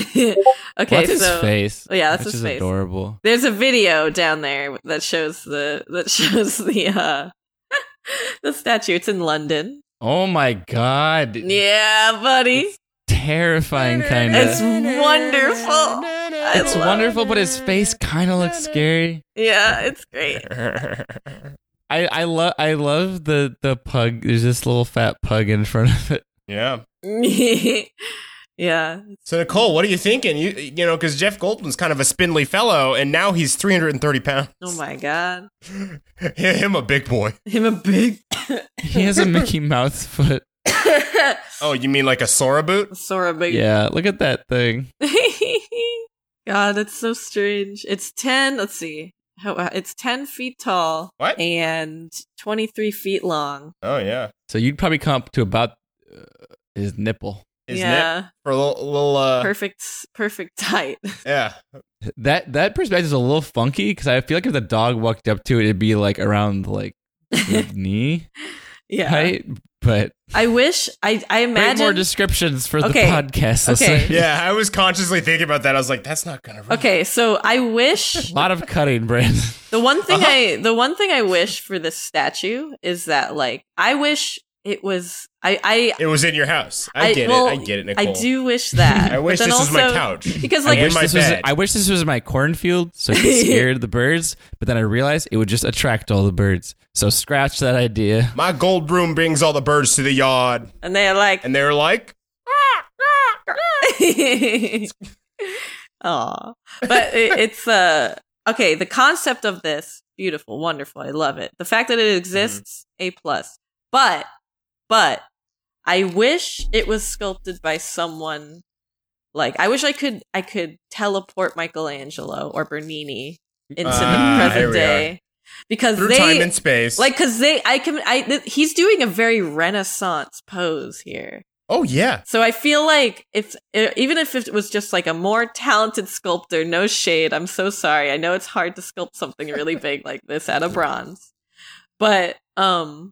Speaker 1: [LAUGHS] okay,
Speaker 3: What's his
Speaker 1: so oh,
Speaker 3: face?
Speaker 1: yeah, that's
Speaker 3: which
Speaker 1: his
Speaker 3: is
Speaker 1: face.
Speaker 3: adorable.
Speaker 1: there's a video down there that shows the that [LAUGHS] shows the uh [LAUGHS] the statue. It's in London.
Speaker 3: Oh my god,
Speaker 1: Yeah, buddy.
Speaker 3: terrifying kind
Speaker 1: It's
Speaker 3: of.
Speaker 1: wonderful. I
Speaker 3: It's
Speaker 1: love-
Speaker 3: wonderful, but his face kind of looks scary.
Speaker 1: Yeah, it's great. [LAUGHS]
Speaker 3: I I love I love the the pug. There's this little fat pug in front of it.
Speaker 2: [LAUGHS] yeah.
Speaker 1: yeah.
Speaker 2: So, Nicole, what are you thinking? You, you know, because Jeff Goldblum's kind of a spindly fellow, and now he's 330 pounds. [LAUGHS]
Speaker 1: Oh my god.
Speaker 2: Him a big boy.
Speaker 1: Him a big [COUGHS]
Speaker 3: He has a
Speaker 1: [LAUGHS]
Speaker 3: Mickey Mouse foot.
Speaker 2: Oh, you mean like a Sora boot?
Speaker 1: Sora big
Speaker 3: Yeah, look at that thing.
Speaker 1: [LAUGHS] God, that's so strange. It's ten. Let's see. How, uh, it's ten feet tall
Speaker 2: What?
Speaker 1: and twenty three feet long.
Speaker 2: Oh, yeah.
Speaker 3: So you'd probably come up to about uh, his nipple.
Speaker 2: Isn't it?
Speaker 1: yeah,
Speaker 2: For a little, little uh,
Speaker 1: perfect, perfect height. [LAUGHS]
Speaker 2: yeah.
Speaker 3: That that perspective is a little
Speaker 1: [LAUGHS]
Speaker 3: funky because I feel like if the dog walked up to it, it'd be like around like the knee.
Speaker 1: Yeah.
Speaker 3: right? But
Speaker 1: I wish I I
Speaker 3: Make more
Speaker 1: imagine
Speaker 3: descriptions for
Speaker 1: Okay.
Speaker 3: the podcast.
Speaker 1: Okay.
Speaker 3: listeners.
Speaker 2: Yeah, I was consciously thinking about that. I was like, that's not gonna. Work.
Speaker 1: Okay, so I
Speaker 3: [LAUGHS]
Speaker 1: wish
Speaker 3: a [LAUGHS] lot of cutting, Brandon.
Speaker 1: the one thing
Speaker 2: Uh-huh.
Speaker 1: I the one thing I wish for this statue is that like I wish it was I I
Speaker 2: It was in your house. I, get
Speaker 1: well,
Speaker 2: it. I get it, Nicole.
Speaker 1: I do wish
Speaker 2: [LAUGHS]
Speaker 1: that.
Speaker 2: I
Speaker 1: But
Speaker 2: wish
Speaker 1: then
Speaker 2: this was my
Speaker 1: also-
Speaker 2: couch.
Speaker 1: [LAUGHS] because
Speaker 2: I
Speaker 1: like
Speaker 2: wish
Speaker 3: Wish
Speaker 2: my
Speaker 3: this was,
Speaker 2: bed.
Speaker 3: I wish this was my cornfield, so
Speaker 1: [LAUGHS]
Speaker 3: it scared the birds. But then I realized it would just attract all the birds. So scratch that idea.
Speaker 2: my gold broom brings all the birds to the yard,
Speaker 1: and they're like
Speaker 2: and they're like,
Speaker 1: [LAUGHS] Aw. But it, it's uh okay, the concept of this, beautiful, wonderful. I love it. The fact that
Speaker 2: Mm-hmm.
Speaker 1: it exists, A plus. But but I wish it was sculpted by someone like I wish I could I could teleport Michelangelo or Bernini into
Speaker 2: Ah,
Speaker 1: the
Speaker 2: here we
Speaker 1: present
Speaker 2: are.
Speaker 1: day. Because
Speaker 2: through
Speaker 1: they
Speaker 2: time and space.
Speaker 1: like cuz they I can I th- he's doing a very renaissance pose here.
Speaker 2: oh yeah,
Speaker 1: So I feel like if e- even if it was just like a more talented sculptor, no shade. I'm so sorry. I know it's hard to sculpt something really big like this out of bronze, but um,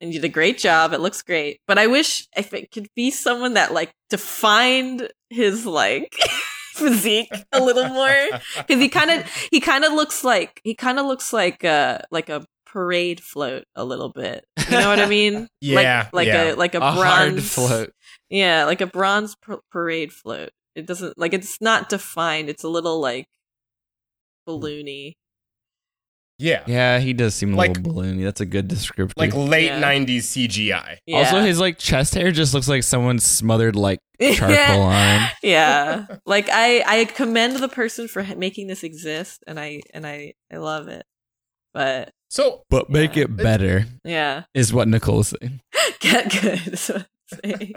Speaker 1: and you did a great job. It looks great, but I wish if it could be someone that like defined his like [LAUGHS] physique a
Speaker 2: [LAUGHS]
Speaker 1: little more because he kind of he kind of looks like he kind of looks like uh like a parade float a little bit. You know what I mean?
Speaker 2: Yeah,
Speaker 1: like, like
Speaker 2: yeah.
Speaker 1: a like a,
Speaker 3: A
Speaker 1: bronze
Speaker 3: hard float.
Speaker 1: yeah, like a bronze pr- parade float. It doesn't like it's not defined. It's a little like balloony.
Speaker 2: yeah,
Speaker 3: Yeah, he does seem a
Speaker 2: Like-
Speaker 3: little balloony. That's a good description.
Speaker 2: like late
Speaker 1: Yeah.
Speaker 2: '90s CGI.
Speaker 1: Yeah.
Speaker 3: Also, his like chest hair just looks like someone smothered
Speaker 1: [LAUGHS]
Speaker 3: like charcoal on. him.
Speaker 1: yeah. Like I I commend the person for ha- making this exist and I and I I love it. But
Speaker 2: So
Speaker 3: But make it better
Speaker 1: yeah, [LAUGHS]
Speaker 3: is what Nicole is saying.
Speaker 1: get good. is what I'm saying.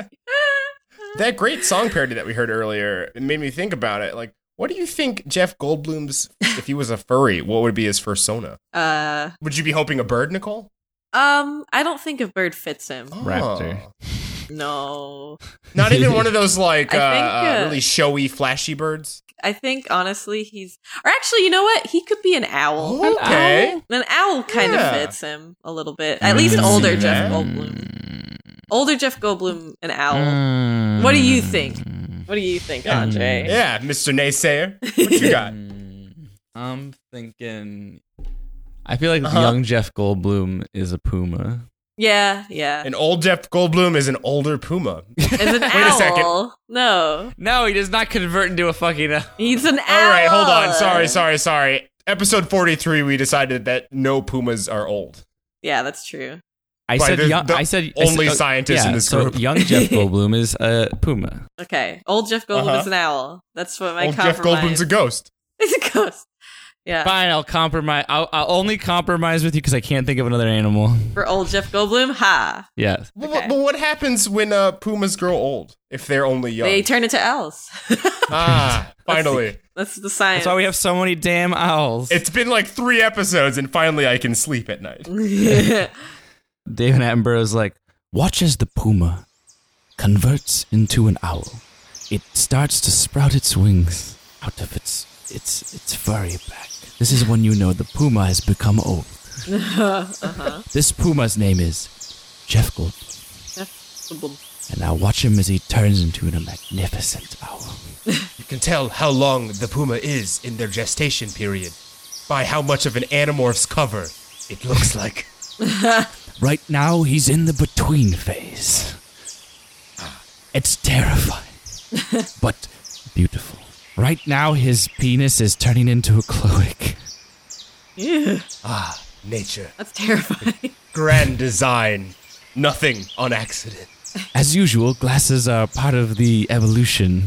Speaker 2: that great song parody that we heard earlier it made me think about it. Like, what do you think Jeff Goldblum's, if he was a furry, what would be his persona?
Speaker 1: [LAUGHS] uh
Speaker 2: Would you be hoping a bird, Nicole?
Speaker 1: um I don't think a bird fits him.
Speaker 2: Oh.
Speaker 3: Raptor.
Speaker 1: No.
Speaker 2: Not even one of those like
Speaker 1: [LAUGHS] I
Speaker 2: uh,
Speaker 1: think,
Speaker 2: uh,
Speaker 1: uh,
Speaker 2: really showy, flashy birds.
Speaker 1: I think honestly he's or actually you know what? He could be an owl.
Speaker 2: Okay.
Speaker 1: An owl kind
Speaker 2: Yeah.
Speaker 1: of fits him a little bit.
Speaker 3: Mm,
Speaker 1: At least
Speaker 2: can
Speaker 1: older
Speaker 2: see
Speaker 1: Jeff
Speaker 2: that.
Speaker 1: Goldblum. Older Jeff Goldblum, an owl.
Speaker 3: Mm.
Speaker 1: What do you think? What do you think,
Speaker 2: Yeah.
Speaker 1: Andre?
Speaker 2: Yeah, Mr. Naysayer. What you
Speaker 1: [LAUGHS]
Speaker 2: got?
Speaker 3: Mm, I'm thinking. I feel like
Speaker 2: Uh-huh.
Speaker 3: young Jeff Goldblum is a puma.
Speaker 1: Yeah,
Speaker 2: [LAUGHS]
Speaker 1: yeah.
Speaker 2: An old Jeff Goldblum is an older puma.
Speaker 1: As an
Speaker 2: a second.
Speaker 1: owl. No.
Speaker 3: No, he does not convert into a fucking. uh,
Speaker 1: He's an owl.
Speaker 2: All right, hold on. Sorry, sorry, sorry. Episode 43, we decided that no pumas are old.
Speaker 1: Yeah, that's true.
Speaker 3: I
Speaker 2: Right,
Speaker 3: said.
Speaker 2: there's
Speaker 3: Young,
Speaker 2: the
Speaker 3: I said. I
Speaker 2: Only
Speaker 3: said- uh,
Speaker 2: scientists in
Speaker 3: yeah,
Speaker 2: this
Speaker 3: so
Speaker 2: group.
Speaker 3: young
Speaker 2: [LAUGHS]
Speaker 3: Jeff Goldblum is a puma.
Speaker 1: Okay. Old Jeff Goldblum
Speaker 2: Uh-huh.
Speaker 1: is an owl. That's what my
Speaker 2: old Jeff Goldblum's
Speaker 1: compromise. [LAUGHS]
Speaker 2: a ghost.
Speaker 1: It's a ghost. Yeah.
Speaker 3: Fine, I'll compromise. I'll, I'll only compromise with you because I can't think of another animal.
Speaker 1: For old Jeff Goldblum, ha.
Speaker 3: Yes.
Speaker 2: Well,
Speaker 1: Okay.
Speaker 2: But what happens when uh, pumas grow old if they're only young?
Speaker 1: They turn into owls. [LAUGHS]
Speaker 2: ah, finally.
Speaker 1: that's the science.
Speaker 3: That's why we have so many damn owls.
Speaker 2: It's been like three episodes, and finally I can sleep at night.
Speaker 1: [LAUGHS]
Speaker 3: David Attenborough's like, watch as the puma converts into an owl. It starts to sprout its wings out of its its its furry back. This is when you know the puma has become old. This puma's name is Jeff Goldblum, and now watch him as he turns into a magnificent owl.
Speaker 2: You can tell how long the puma is in their gestation period by how much of an anamorph's cover it looks [LAUGHS] like.
Speaker 3: Right now, he's in the between phase. Ah, It's terrifying, but beautiful. Right now, his penis is turning into a cloac.
Speaker 2: Nature,
Speaker 1: That's terrifying.
Speaker 2: grand design, nothing on accident.
Speaker 3: As usual, glasses are part of the evolution,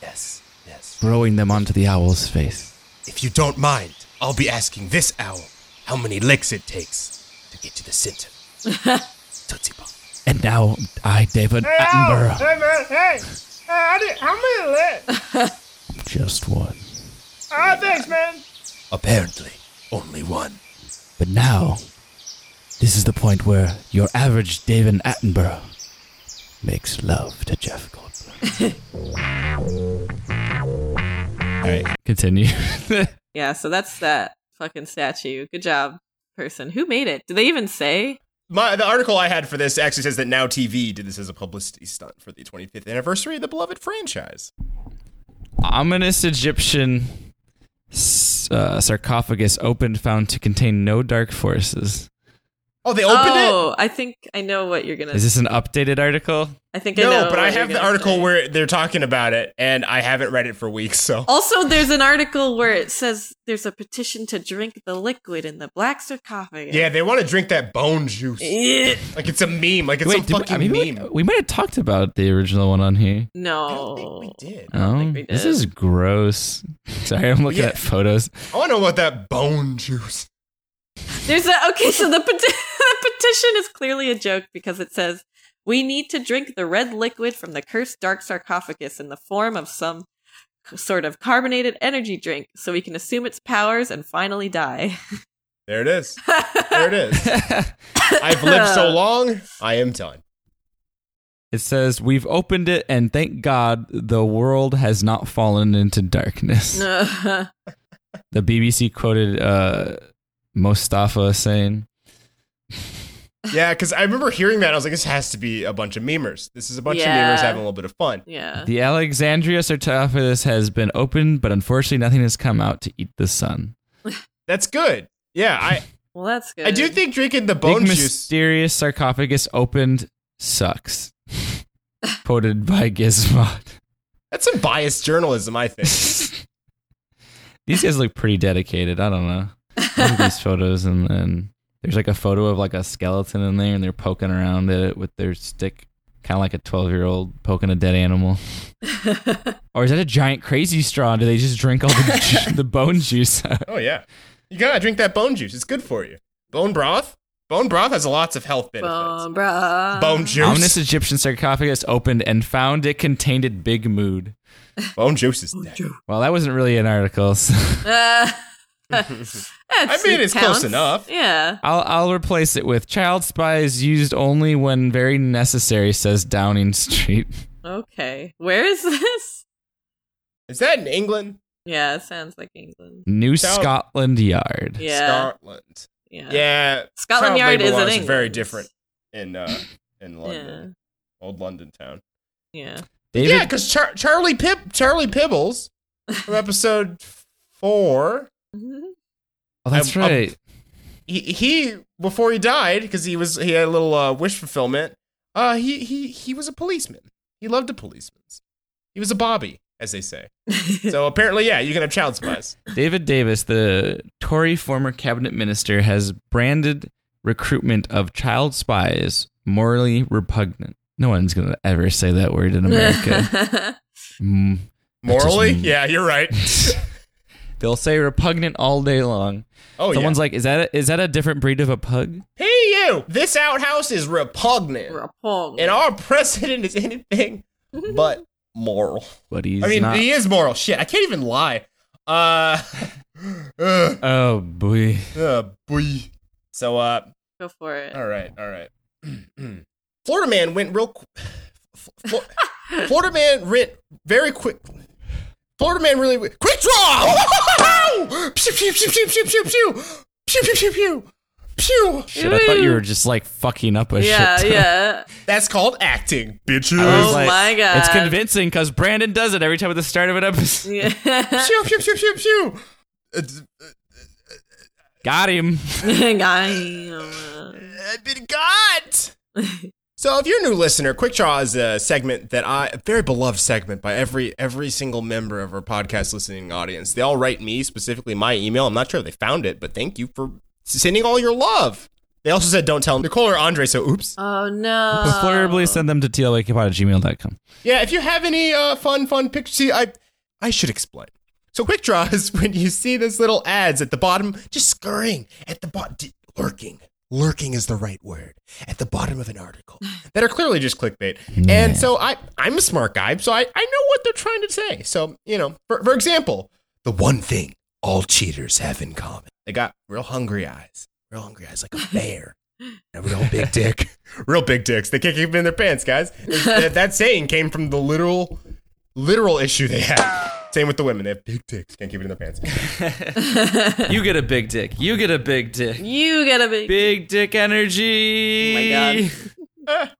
Speaker 2: Yes, yes.
Speaker 3: growing them onto the owl's face.
Speaker 2: If you don't mind, I'll be asking this owl how many licks it takes to get to the
Speaker 1: [LAUGHS]
Speaker 2: center. Tootsie Pop.
Speaker 3: And now, I, David Attenborough,
Speaker 6: Hey man, hey! Hey, I did, how many left?
Speaker 3: just one.
Speaker 6: Ah, thanks, man.
Speaker 2: Apparently, only one.
Speaker 3: But now, this is the point where your average David Attenborough makes love to Jeff Goldblum. All right, [LAUGHS] continue. [LAUGHS]
Speaker 1: Yeah, so that's that fucking statue. Good job, person. Who made it? Did they even say?
Speaker 2: my the article I had for this actually says that Now TV did this as a publicity stunt for the 25th anniversary of the beloved franchise.
Speaker 3: Ominous Egyptian s- uh, sarcophagus opened found to contain no dark forces.
Speaker 2: Oh, they opened it.
Speaker 1: oh, I think I know what you're gonna.
Speaker 3: Is this an updated article?
Speaker 1: I think I know.
Speaker 2: No, but I
Speaker 1: what you're
Speaker 2: have the
Speaker 1: gonna
Speaker 2: article
Speaker 1: say.
Speaker 2: where they're talking about it, and I haven't read it for weeks. So
Speaker 1: Also, there's an article where it says there's a petition to drink the liquid in the black sarcophagus.
Speaker 2: yeah, they want to drink that bone juice.
Speaker 1: Eh,
Speaker 2: Like it's a meme. Like it's
Speaker 3: Wait,
Speaker 2: some
Speaker 3: did we-
Speaker 2: fucking
Speaker 3: I mean, we-
Speaker 2: meme.
Speaker 3: We, might have talked about the original one on here.
Speaker 1: No.
Speaker 2: I don't think we did.
Speaker 1: don't
Speaker 3: Oh,
Speaker 1: think we
Speaker 3: this
Speaker 1: did.
Speaker 3: is gross. [LAUGHS] Sorry, I'm looking
Speaker 2: Yeah.
Speaker 3: at photos.
Speaker 2: I want to know about that bone juice.
Speaker 1: There's a okay. So the, peti- [LAUGHS] the petition is clearly a joke because it says we need to drink the red liquid from the cursed dark sarcophagus in the form of some c- sort of carbonated energy drink, so we can assume its powers and finally die. [LAUGHS]
Speaker 2: There it is. There it is. I've lived so long. I am done.
Speaker 3: It says, We've opened it, and thank God the world has not fallen into darkness.
Speaker 1: Uh,
Speaker 3: The BBC quoted uh, Mostafa saying,
Speaker 2: Yeah, because I remember hearing that. I was like, this has to be a bunch of memers. This is a bunch
Speaker 1: Yeah.
Speaker 2: of memers having a little bit of fun.
Speaker 1: yeah.
Speaker 3: The Alexandria sarcophagus has been opened, but unfortunately, nothing has come out to eat the sun.
Speaker 2: That's good. Yeah, I
Speaker 1: Well, that's good.
Speaker 2: I do think drinking the bone
Speaker 3: Big
Speaker 2: juice.
Speaker 3: mysterious sarcophagus opened sucks. [LAUGHS] Quoted by Gizmod.
Speaker 2: That's some biased journalism, I [LAUGHS] think.
Speaker 3: [LAUGHS] These guys look pretty dedicated. I don't know. Look at these photos, and then there's like a photo of like a skeleton in there, and they're poking around at it with their stick, kind of like a 12 year old poking a dead animal. or is that a giant crazy straw? and Do they just drink all the, the bone juice out?
Speaker 2: oh yeah, you gotta drink that bone juice. It's good for you. Bone broth. Bone broth has lots of health benefits.
Speaker 1: Bone broth.
Speaker 2: Bone
Speaker 3: Ominous
Speaker 2: juice.
Speaker 3: Egyptian sarcophagus opened and found it contained a big mood.
Speaker 2: Bone juice is dead.
Speaker 3: Well, that wasn't really an article. So [LAUGHS]
Speaker 1: Uh, I
Speaker 2: mean, it's close enough.
Speaker 1: Yeah.
Speaker 3: I'll I'll replace it with child spies used only when very necessary, says Downing Street.
Speaker 1: Okay. Where is [LAUGHS] this?
Speaker 2: Is that in England?
Speaker 1: Yeah, it sounds like England.
Speaker 3: New
Speaker 2: Child-
Speaker 3: Scotland Yard.
Speaker 1: Yeah.
Speaker 2: Scotland.
Speaker 1: yeah.
Speaker 2: Yeah, child
Speaker 1: Scotland Yard
Speaker 2: labor
Speaker 1: is
Speaker 2: laws
Speaker 1: in
Speaker 2: are
Speaker 1: England.
Speaker 2: very different in uh, in London, old London town.
Speaker 1: Yeah. [LAUGHS]
Speaker 3: David,
Speaker 2: Yeah, because Char- Charlie Pib- Charlie Pibbles from episode four.
Speaker 1: Yeah.
Speaker 3: oh, that's
Speaker 2: I'm- I'm-
Speaker 3: right.
Speaker 2: He, he before he died because he was he had a little uh, wish fulfillment. Uh, he he he was a policeman. He loved the policemen. He was a bobby, as they say. so apparently, yeah, you can have child spies.
Speaker 3: David Davis, the Tory former cabinet minister, has branded recruitment of child spies morally repugnant. No one's gonna ever say that word
Speaker 2: [LAUGHS]
Speaker 3: in America. Mm.
Speaker 2: Morally,
Speaker 3: Just-
Speaker 2: yeah, you're right.
Speaker 3: They'll say repugnant all day long.
Speaker 2: Oh
Speaker 3: Someone's
Speaker 2: yeah.
Speaker 3: like, is that a, is that a different breed of a pug?
Speaker 2: hey you! This outhouse is repugnant,
Speaker 1: Rapong.
Speaker 2: and our [LAUGHS] president is anything but moral.
Speaker 3: But he's
Speaker 2: I mean,
Speaker 3: not.
Speaker 2: he is moral. Shit, I can't even lie. Uh, [LAUGHS] uh,
Speaker 3: oh boy.
Speaker 2: uh, boy. So, uh,
Speaker 1: Go for it.
Speaker 2: all right, all right. [CLEARS THROAT] Florida man went real. Qu- [SIGHS] F- Flo- [LAUGHS] Florida man went very quick. Florida man really w- quick draw. [LAUGHS] Pew pew pew pew pew pew pew pew pew pew pew. Pew.
Speaker 3: Shit, I thought you were just like fucking up a
Speaker 1: Yeah,
Speaker 3: shit. ton.
Speaker 1: yeah.
Speaker 2: That's called acting, bitches.
Speaker 3: I was
Speaker 1: Oh my God.
Speaker 3: It's convincing because Brandon does it every time at the start of an episode. [LAUGHS]
Speaker 1: Yeah.
Speaker 2: Pew pew pew pew pew. Uh, It's-
Speaker 3: Got him.
Speaker 1: Goddamn.
Speaker 2: I've been got. [LAUGHS] so, if you're a new listener, Quick Draw is a segment that I, a very beloved segment by every every single member of our podcast listening audience. They all write me specifically my email. I'm not sure if they found it, but thank you for sending all your love. They also said don't tell Nicole or Andre, so oops.
Speaker 1: [LAUGHS] Oh no.
Speaker 3: Preferably send them to tlwakepod at gmail.com.
Speaker 2: Yeah, if you have any uh, fun, fun pictures, see, I, I should explain. So quick draw is [LAUGHS] when you see those little ads at the bottom, just scurrying at the bottom, lurking. Lurking is the right word at the bottom of an article that are clearly just clickbait. And so I, I'm a smart guy, so I, I know what they're trying to say. So you know, for, for example, the one thing all cheaters have in common: they got real hungry eyes, real hungry eyes, like a bear, and a real big dick, real big dicks. They can't keep them in their pants, guys. That, that saying came from the literal, literal issue they had. Same with the women. They have big dicks. Can't keep it in their pants.
Speaker 3: [LAUGHS] You get a big dick. You get a big dick.
Speaker 1: [LAUGHS] You gotta be.
Speaker 3: Big dick energy.
Speaker 1: Oh my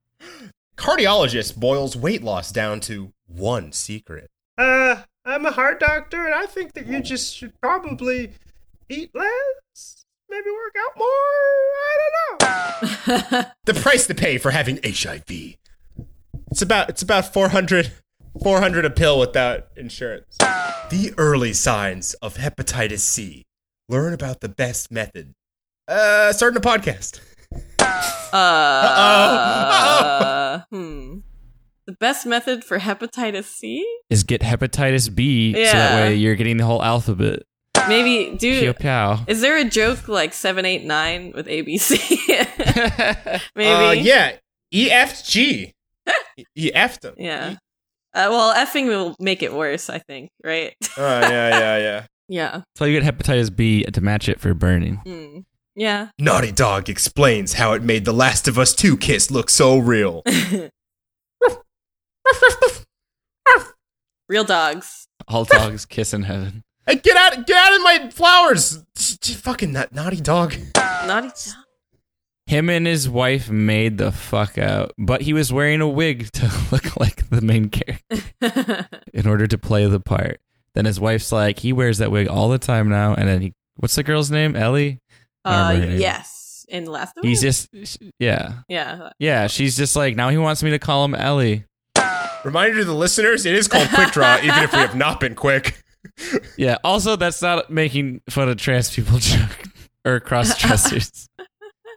Speaker 2: Cardiologist boils weight loss down to one secret.
Speaker 6: Uh, I'm a heart doctor, and I think that you just should probably eat less, maybe work out more. I don't know.
Speaker 2: The price to pay for having HIV. It's about it's about 400, 400 a pill without insurance. The early signs of hepatitis C. Learn about the best method. Uh, starting a podcast.
Speaker 1: Uh, hmm. The best method for hepatitis C?
Speaker 3: Is get hepatitis B so that
Speaker 1: Yeah.
Speaker 3: way you're getting the whole alphabet.
Speaker 1: Maybe,
Speaker 3: Pew
Speaker 1: dude.
Speaker 3: pow.
Speaker 1: Is there a joke like seven, eight, nine with ABC? [LAUGHS] Maybe.
Speaker 2: Uh, yeah.
Speaker 1: [LAUGHS]
Speaker 2: EFG. he effed him.
Speaker 1: Yeah. Uh, well, effing will make it worse, I think, right? [LAUGHS]
Speaker 2: Oh, yeah, yeah, yeah.
Speaker 1: yeah.
Speaker 3: So you get hepatitis B to match it for [LAUGHS] burning.
Speaker 1: Hmm. Yeah.
Speaker 2: Naughty Dog explains how it made The Last of Us 2 kiss look so real.
Speaker 1: Real dogs.
Speaker 3: All dogs kiss in heaven.
Speaker 2: hey, get out get out of my flowers! Fucking that Naughty Dog.
Speaker 1: Naughty dog.
Speaker 3: Him and his wife made the fuck out, but he was wearing a wig [LAUGHS] to look like the main character
Speaker 1: [LAUGHS]
Speaker 3: in order to play the part. Then his wife's like, he wears that wig all the time now. And then he, what's the girl's name? Ellie? I don't
Speaker 1: Uh,
Speaker 3: remember her name.
Speaker 1: yes. In Last of
Speaker 3: He's
Speaker 1: Us?
Speaker 3: just, yeah.
Speaker 1: yeah.
Speaker 3: Yeah. She's just like, now he wants me to call him Ellie.
Speaker 2: Reminder to the listeners, it is called Quick [LAUGHS] Draw, even if we have not been quick.
Speaker 3: Yeah. Also, that's not making fun of trans people [LAUGHS] joke or cross dressers.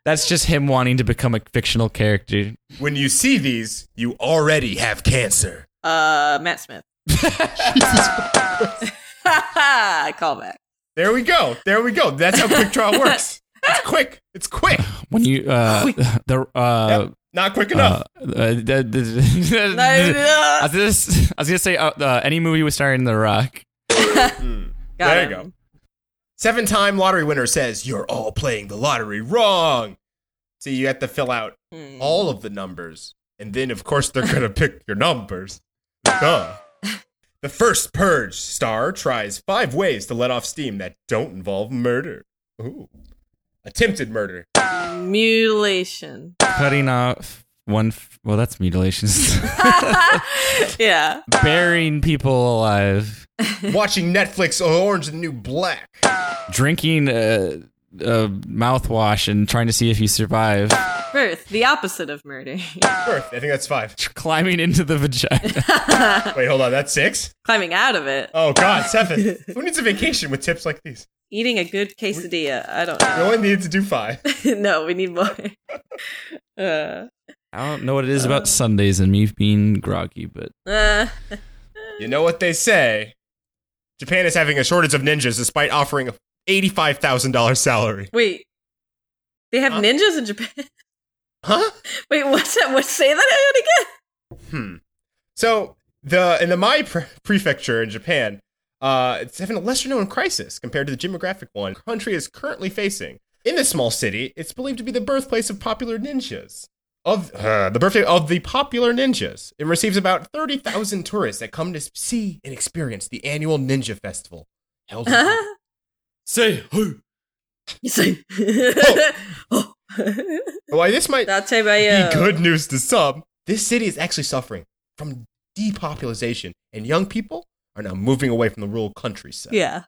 Speaker 3: that's just him wanting to become a fictional character.
Speaker 2: When you see these, you already have cancer.
Speaker 1: Uh, Matt Smith.
Speaker 2: [LAUGHS]
Speaker 1: [LAUGHS] Callback.
Speaker 2: There we go. There we go. That's how Quick Draw [LAUGHS] works. It's quick. It's quick.
Speaker 3: When you, uh, [LAUGHS] the, uh,
Speaker 2: Yep. Not quick
Speaker 3: Uh,
Speaker 2: enough.
Speaker 3: uh, [LAUGHS] th- th- th- [LAUGHS] I was just- I was gonna say uh, uh, any movie was starring The Rock.
Speaker 1: Got
Speaker 2: There you
Speaker 1: him.
Speaker 2: go. Seven time lottery winner says, You're all playing the lottery wrong. So you have to fill out
Speaker 1: Hmm.
Speaker 2: all of the numbers. And then, of course, they're going to pick your numbers. Duh. The first Purge star tries five ways to let off steam that don't involve murder. Ooh. Attempted murder.
Speaker 1: Mutilation. [LAUGHS]
Speaker 3: Cutting off one. F- well, that's mutilations. [LAUGHS]
Speaker 1: yeah.
Speaker 3: Burying people alive.
Speaker 2: Watching Netflix Orange is the New Black.
Speaker 3: Drinking uh, uh, mouthwash and trying to see if you survive.
Speaker 1: Birth. The opposite of murder. [LAUGHS]
Speaker 2: Birth. I think that's five.
Speaker 3: [LAUGHS] Climbing into the vagina.
Speaker 2: Wait, hold on. That's six?
Speaker 1: Climbing out of it.
Speaker 2: Oh, God. Seven. Who needs a vacation with tips like these?
Speaker 1: Eating a good quesadilla. I don't
Speaker 2: You only need to do five.
Speaker 1: know. [LAUGHS] no, we need more. uh,
Speaker 3: I don't know what it is about Sundays and me being groggy, but
Speaker 1: uh,
Speaker 2: You know what they say. Japan is having a shortage of ninjas despite offering a $85,000 salary.
Speaker 1: wait. They have ninjas in Japan. [LAUGHS]
Speaker 2: Huh?
Speaker 1: wait, what's that? What? Say that again. [LAUGHS]
Speaker 2: Hmm. So the in the Mai pre- prefecture in Japan, uh, it's having a lesser known crisis compared to the demographic one the country is currently facing. In this small city, it's believed to be the birthplace of popular ninjas. Of uh, the birthday of the popular ninjas, it receives about thirty thousand tourists that come to see and experience the annual Ninja Festival. Held
Speaker 1: [LAUGHS]
Speaker 2: in- say who?
Speaker 1: You say. [LAUGHS] oh. [LAUGHS]
Speaker 2: Why this might
Speaker 1: Date uh, Bayo.
Speaker 2: be good news to some. This city is actually suffering from depopulation, and young people are now moving away from the rural countryside. [LAUGHS]
Speaker 1: Yeah.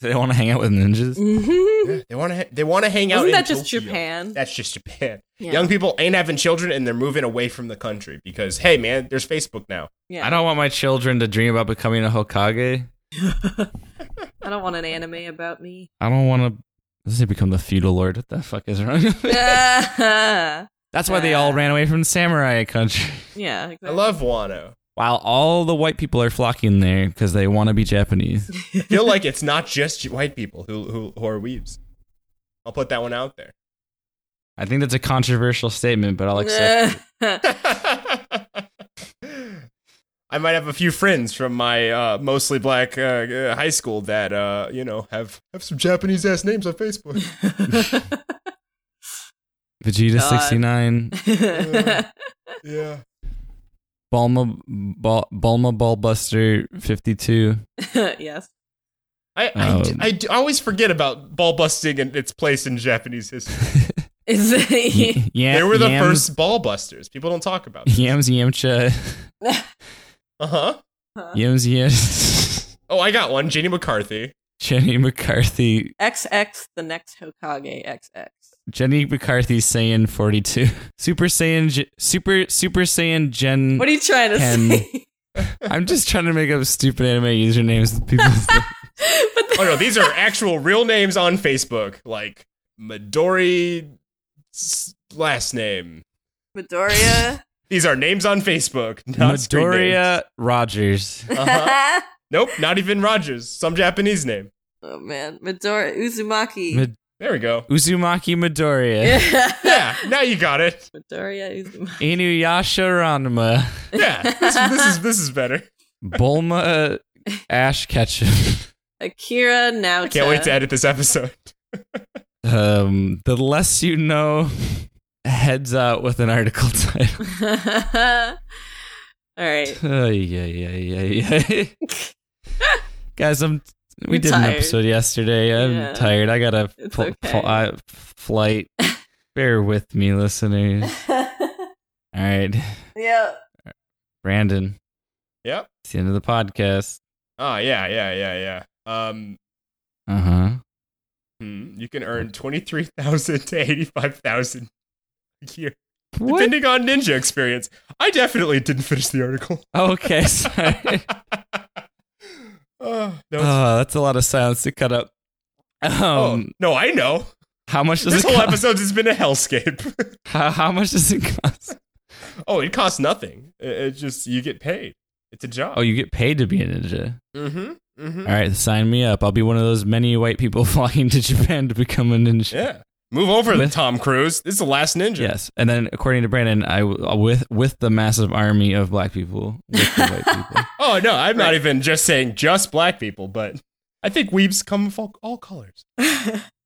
Speaker 3: they don't want to hang out with ninjas.
Speaker 1: Mhm.
Speaker 2: Yeah, they want to. Ha- they want to hang out.
Speaker 1: Isn't
Speaker 2: in
Speaker 1: that just
Speaker 2: Tokyo.
Speaker 1: Japan?
Speaker 2: That's just Japan.
Speaker 1: Yeah.
Speaker 2: Young people ain't having children, and they're moving away from the country because hey, man, there's Facebook now.
Speaker 1: Yeah.
Speaker 3: I don't want my children to dream about becoming a Hokage.
Speaker 1: I don't want an anime about me.
Speaker 3: I don't want to. Does he become the feudal lord? What the fuck is wrong? with me?
Speaker 1: [LAUGHS] yeah.
Speaker 3: That's why they all ran away from samurai country.
Speaker 1: Exactly.
Speaker 2: I love Wano.
Speaker 3: While all the white people are flocking there because they want to be Japanese.
Speaker 2: I
Speaker 1: [LAUGHS]
Speaker 2: feel like it's not just white people who who, who are weebs. I'll put that one out there.
Speaker 3: I think that's a controversial statement,
Speaker 1: [LAUGHS]
Speaker 3: but I'll accept.
Speaker 2: [LAUGHS] I might have a few friends from my uh, mostly black uh, uh, high school that uh, you know have have some Japanese ass names on Facebook.
Speaker 3: Vegeta
Speaker 1: Oh, God. [LAUGHS]
Speaker 3: sixty nine.
Speaker 2: yeah.
Speaker 3: Bulma, Bul- Bulma Ballbuster 52.
Speaker 1: yes.
Speaker 2: I, I,
Speaker 3: Um.
Speaker 2: I d- I always forget about ball busting and its place in Japanese history.
Speaker 1: Is it?
Speaker 2: [LAUGHS]
Speaker 3: yeah,
Speaker 2: they were the
Speaker 3: Yams-
Speaker 2: first ball busters. People don't talk about them.
Speaker 3: Yams Yamcha.
Speaker 2: Uh huh.
Speaker 3: Yams Yams.
Speaker 2: Oh, I got one. Jenny McCarthy.
Speaker 3: [LAUGHS] Jenny McCarthy.
Speaker 1: XX, the next Hokage XX.
Speaker 3: Jenny McCarthy Saiyan 42. Super Saiyan. J- Super Super Saiyan Gen.
Speaker 1: What are you trying to
Speaker 3: Ken.
Speaker 1: say? [LAUGHS]
Speaker 3: I'm just trying to make up stupid anime usernames.
Speaker 2: [LAUGHS]
Speaker 3: that People.
Speaker 1: but
Speaker 2: Oh no, these are actual real names on Facebook, like Midori s- last name.
Speaker 1: Midoriya.
Speaker 2: These are names on Facebook. Not screen names.
Speaker 3: Midoriya Rogers.
Speaker 2: Uh-huh. Nope, not even Rogers. Some Japanese name.
Speaker 1: [LAUGHS] oh man, Midori Uzumaki.
Speaker 3: Mid-
Speaker 2: There we go.
Speaker 3: Uzumaki Midoriya.
Speaker 2: Yeah, now you got it.
Speaker 1: [LAUGHS] Midoriya Uzumaki.
Speaker 3: Inuyasha Ranma.
Speaker 2: Yeah, this, this is this is better.
Speaker 3: Bulma uh, Ash Ketchum.
Speaker 1: Akira Naoto.
Speaker 2: Can't wait to edit this episode.
Speaker 3: Um, the less you know heads out with an article [LAUGHS] title.
Speaker 1: [LAUGHS] All right.
Speaker 3: Ay, ay, ay, ay, ay.
Speaker 1: [LAUGHS]
Speaker 3: Guys, I'm. We
Speaker 1: You're
Speaker 3: did an
Speaker 1: tired.
Speaker 3: episode yesterday. I'm
Speaker 1: Yeah.
Speaker 3: tired. I got a
Speaker 1: It's
Speaker 3: fl- fl-
Speaker 1: okay.
Speaker 3: I-
Speaker 1: [LAUGHS]
Speaker 3: flight. Bear with me, listeners. All right,
Speaker 1: yeah.
Speaker 3: Brandon.
Speaker 2: Yep.
Speaker 3: It's the end of the podcast.
Speaker 2: Oh yeah, yeah, yeah, yeah. Um,
Speaker 3: Uh huh.
Speaker 2: hmm, you can earn twenty three thousand to eighty five thousand a year,
Speaker 3: What?
Speaker 2: depending on ninja experience. I definitely didn't finish the
Speaker 3: [LAUGHS]
Speaker 2: article. [LAUGHS]
Speaker 3: Okay, sorry.
Speaker 2: Oh, that was-
Speaker 3: oh, that's a lot of silence to cut up.
Speaker 2: oh,
Speaker 3: Um,
Speaker 2: no, I know.
Speaker 3: how much does
Speaker 2: This
Speaker 3: it
Speaker 2: whole
Speaker 3: cost? [LAUGHS]
Speaker 2: episode has been a hellscape. [LAUGHS]
Speaker 3: How, how much does it cost?
Speaker 2: oh, it costs nothing. It, it's just you get paid. It's a job.
Speaker 3: Oh, you get paid to be a ninja.
Speaker 2: mm-hmm. Mm-hmm.
Speaker 3: All right, sign me up. I'll be one of those many white people [LAUGHS] flying to Japan to become a ninja.
Speaker 2: Yeah. Move over,
Speaker 3: With-
Speaker 2: Tom Cruise. This is the last ninja.
Speaker 3: Yes, and then according to Brandon, I w- uh, with with the massive army of black people, with the white people.
Speaker 2: Oh no, I'm not even just saying just black people, but I think weebs come of all, all colors.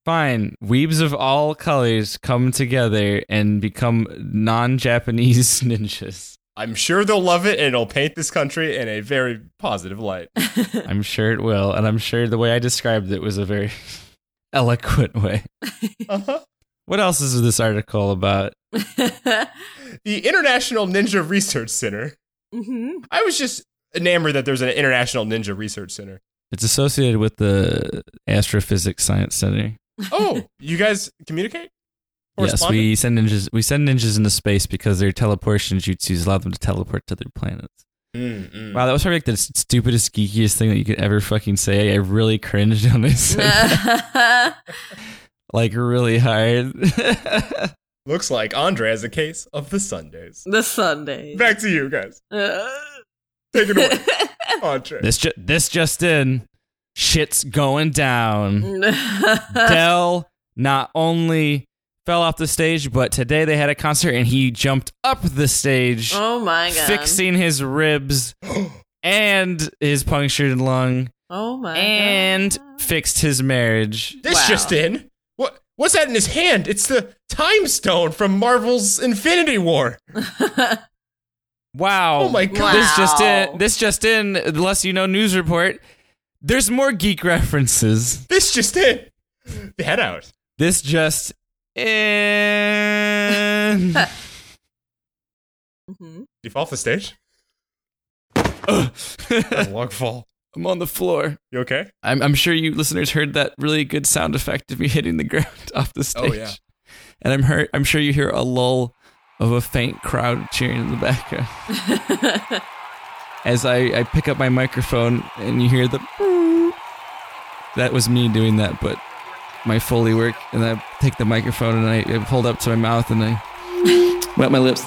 Speaker 3: Fine, weebs of all colors come together and become non-Japanese [LAUGHS] ninjas.
Speaker 2: I'm sure they'll love it, and it'll paint this country in a very positive
Speaker 3: [LAUGHS]
Speaker 2: light.
Speaker 3: I'm sure it will, and I'm sure the way I described it was a very [LAUGHS] eloquent way.
Speaker 2: Uh-huh.
Speaker 3: What else is this article about?
Speaker 1: Mm-hmm.
Speaker 2: The International Ninja Research Center.
Speaker 1: hmm
Speaker 2: I was just enamored that there's an International Ninja Research Center.
Speaker 3: It's associated with the Astrophysics Science Center. [LAUGHS]
Speaker 2: Oh, you guys communicate?
Speaker 3: Yes,
Speaker 2: Correspondent?
Speaker 3: we send ninjas. We send ninjas into space because their teleportation jutsus allow them to teleport to their planets.
Speaker 2: Mm, mm.
Speaker 3: Wow, that was probably like the s- stupidest, geekiest thing that you could ever fucking say. I really cringed on
Speaker 1: [LAUGHS]
Speaker 3: this, [LAUGHS] like really hard. [LAUGHS]
Speaker 2: Looks like Andre has a case of the Sundays.
Speaker 1: [LAUGHS] the Sunday.
Speaker 2: Back to you guys.
Speaker 1: Uh,
Speaker 2: Take it
Speaker 3: [LAUGHS]
Speaker 2: away, Andre.
Speaker 3: this ju- this just in, shit's going
Speaker 1: [LAUGHS]
Speaker 3: down. Dell not only fell off the stage, but today they had a concert and he jumped up the stage,
Speaker 1: [LAUGHS] oh my god.
Speaker 3: fixing his
Speaker 1: [GASPS]
Speaker 3: ribs and his punctured lung.
Speaker 1: Oh my
Speaker 3: and
Speaker 1: god.
Speaker 3: fixed his marriage.
Speaker 2: This
Speaker 1: Wow.
Speaker 2: just in. What what's that in his hand? It's the time stone from Marvel's Infinity War.
Speaker 3: Wow.
Speaker 2: Oh my god.
Speaker 3: This just
Speaker 1: Wow.
Speaker 3: in. This just in. The less you know news report. There's more geek references.
Speaker 2: This just in. The head out.
Speaker 3: This just in.
Speaker 1: Mhm.
Speaker 2: You fall off the stage?
Speaker 3: Ugh.
Speaker 2: That's a long fall.
Speaker 3: I'm on the floor.
Speaker 2: You okay?
Speaker 3: I'm, I'm sure you listeners heard that really good sound effect of me [LAUGHS] hitting the ground off the
Speaker 2: Oh,
Speaker 3: stage.
Speaker 2: yeah.
Speaker 3: And I'm hurt. I'm sure you hear a lull of a faint crowd cheering in the background.
Speaker 2: [LAUGHS]
Speaker 3: As I, I pick up my microphone and you hear the boop. that was me doing that, but my Foley work. And I take the microphone and I, I hold up to my mouth and I [LAUGHS] wet my lips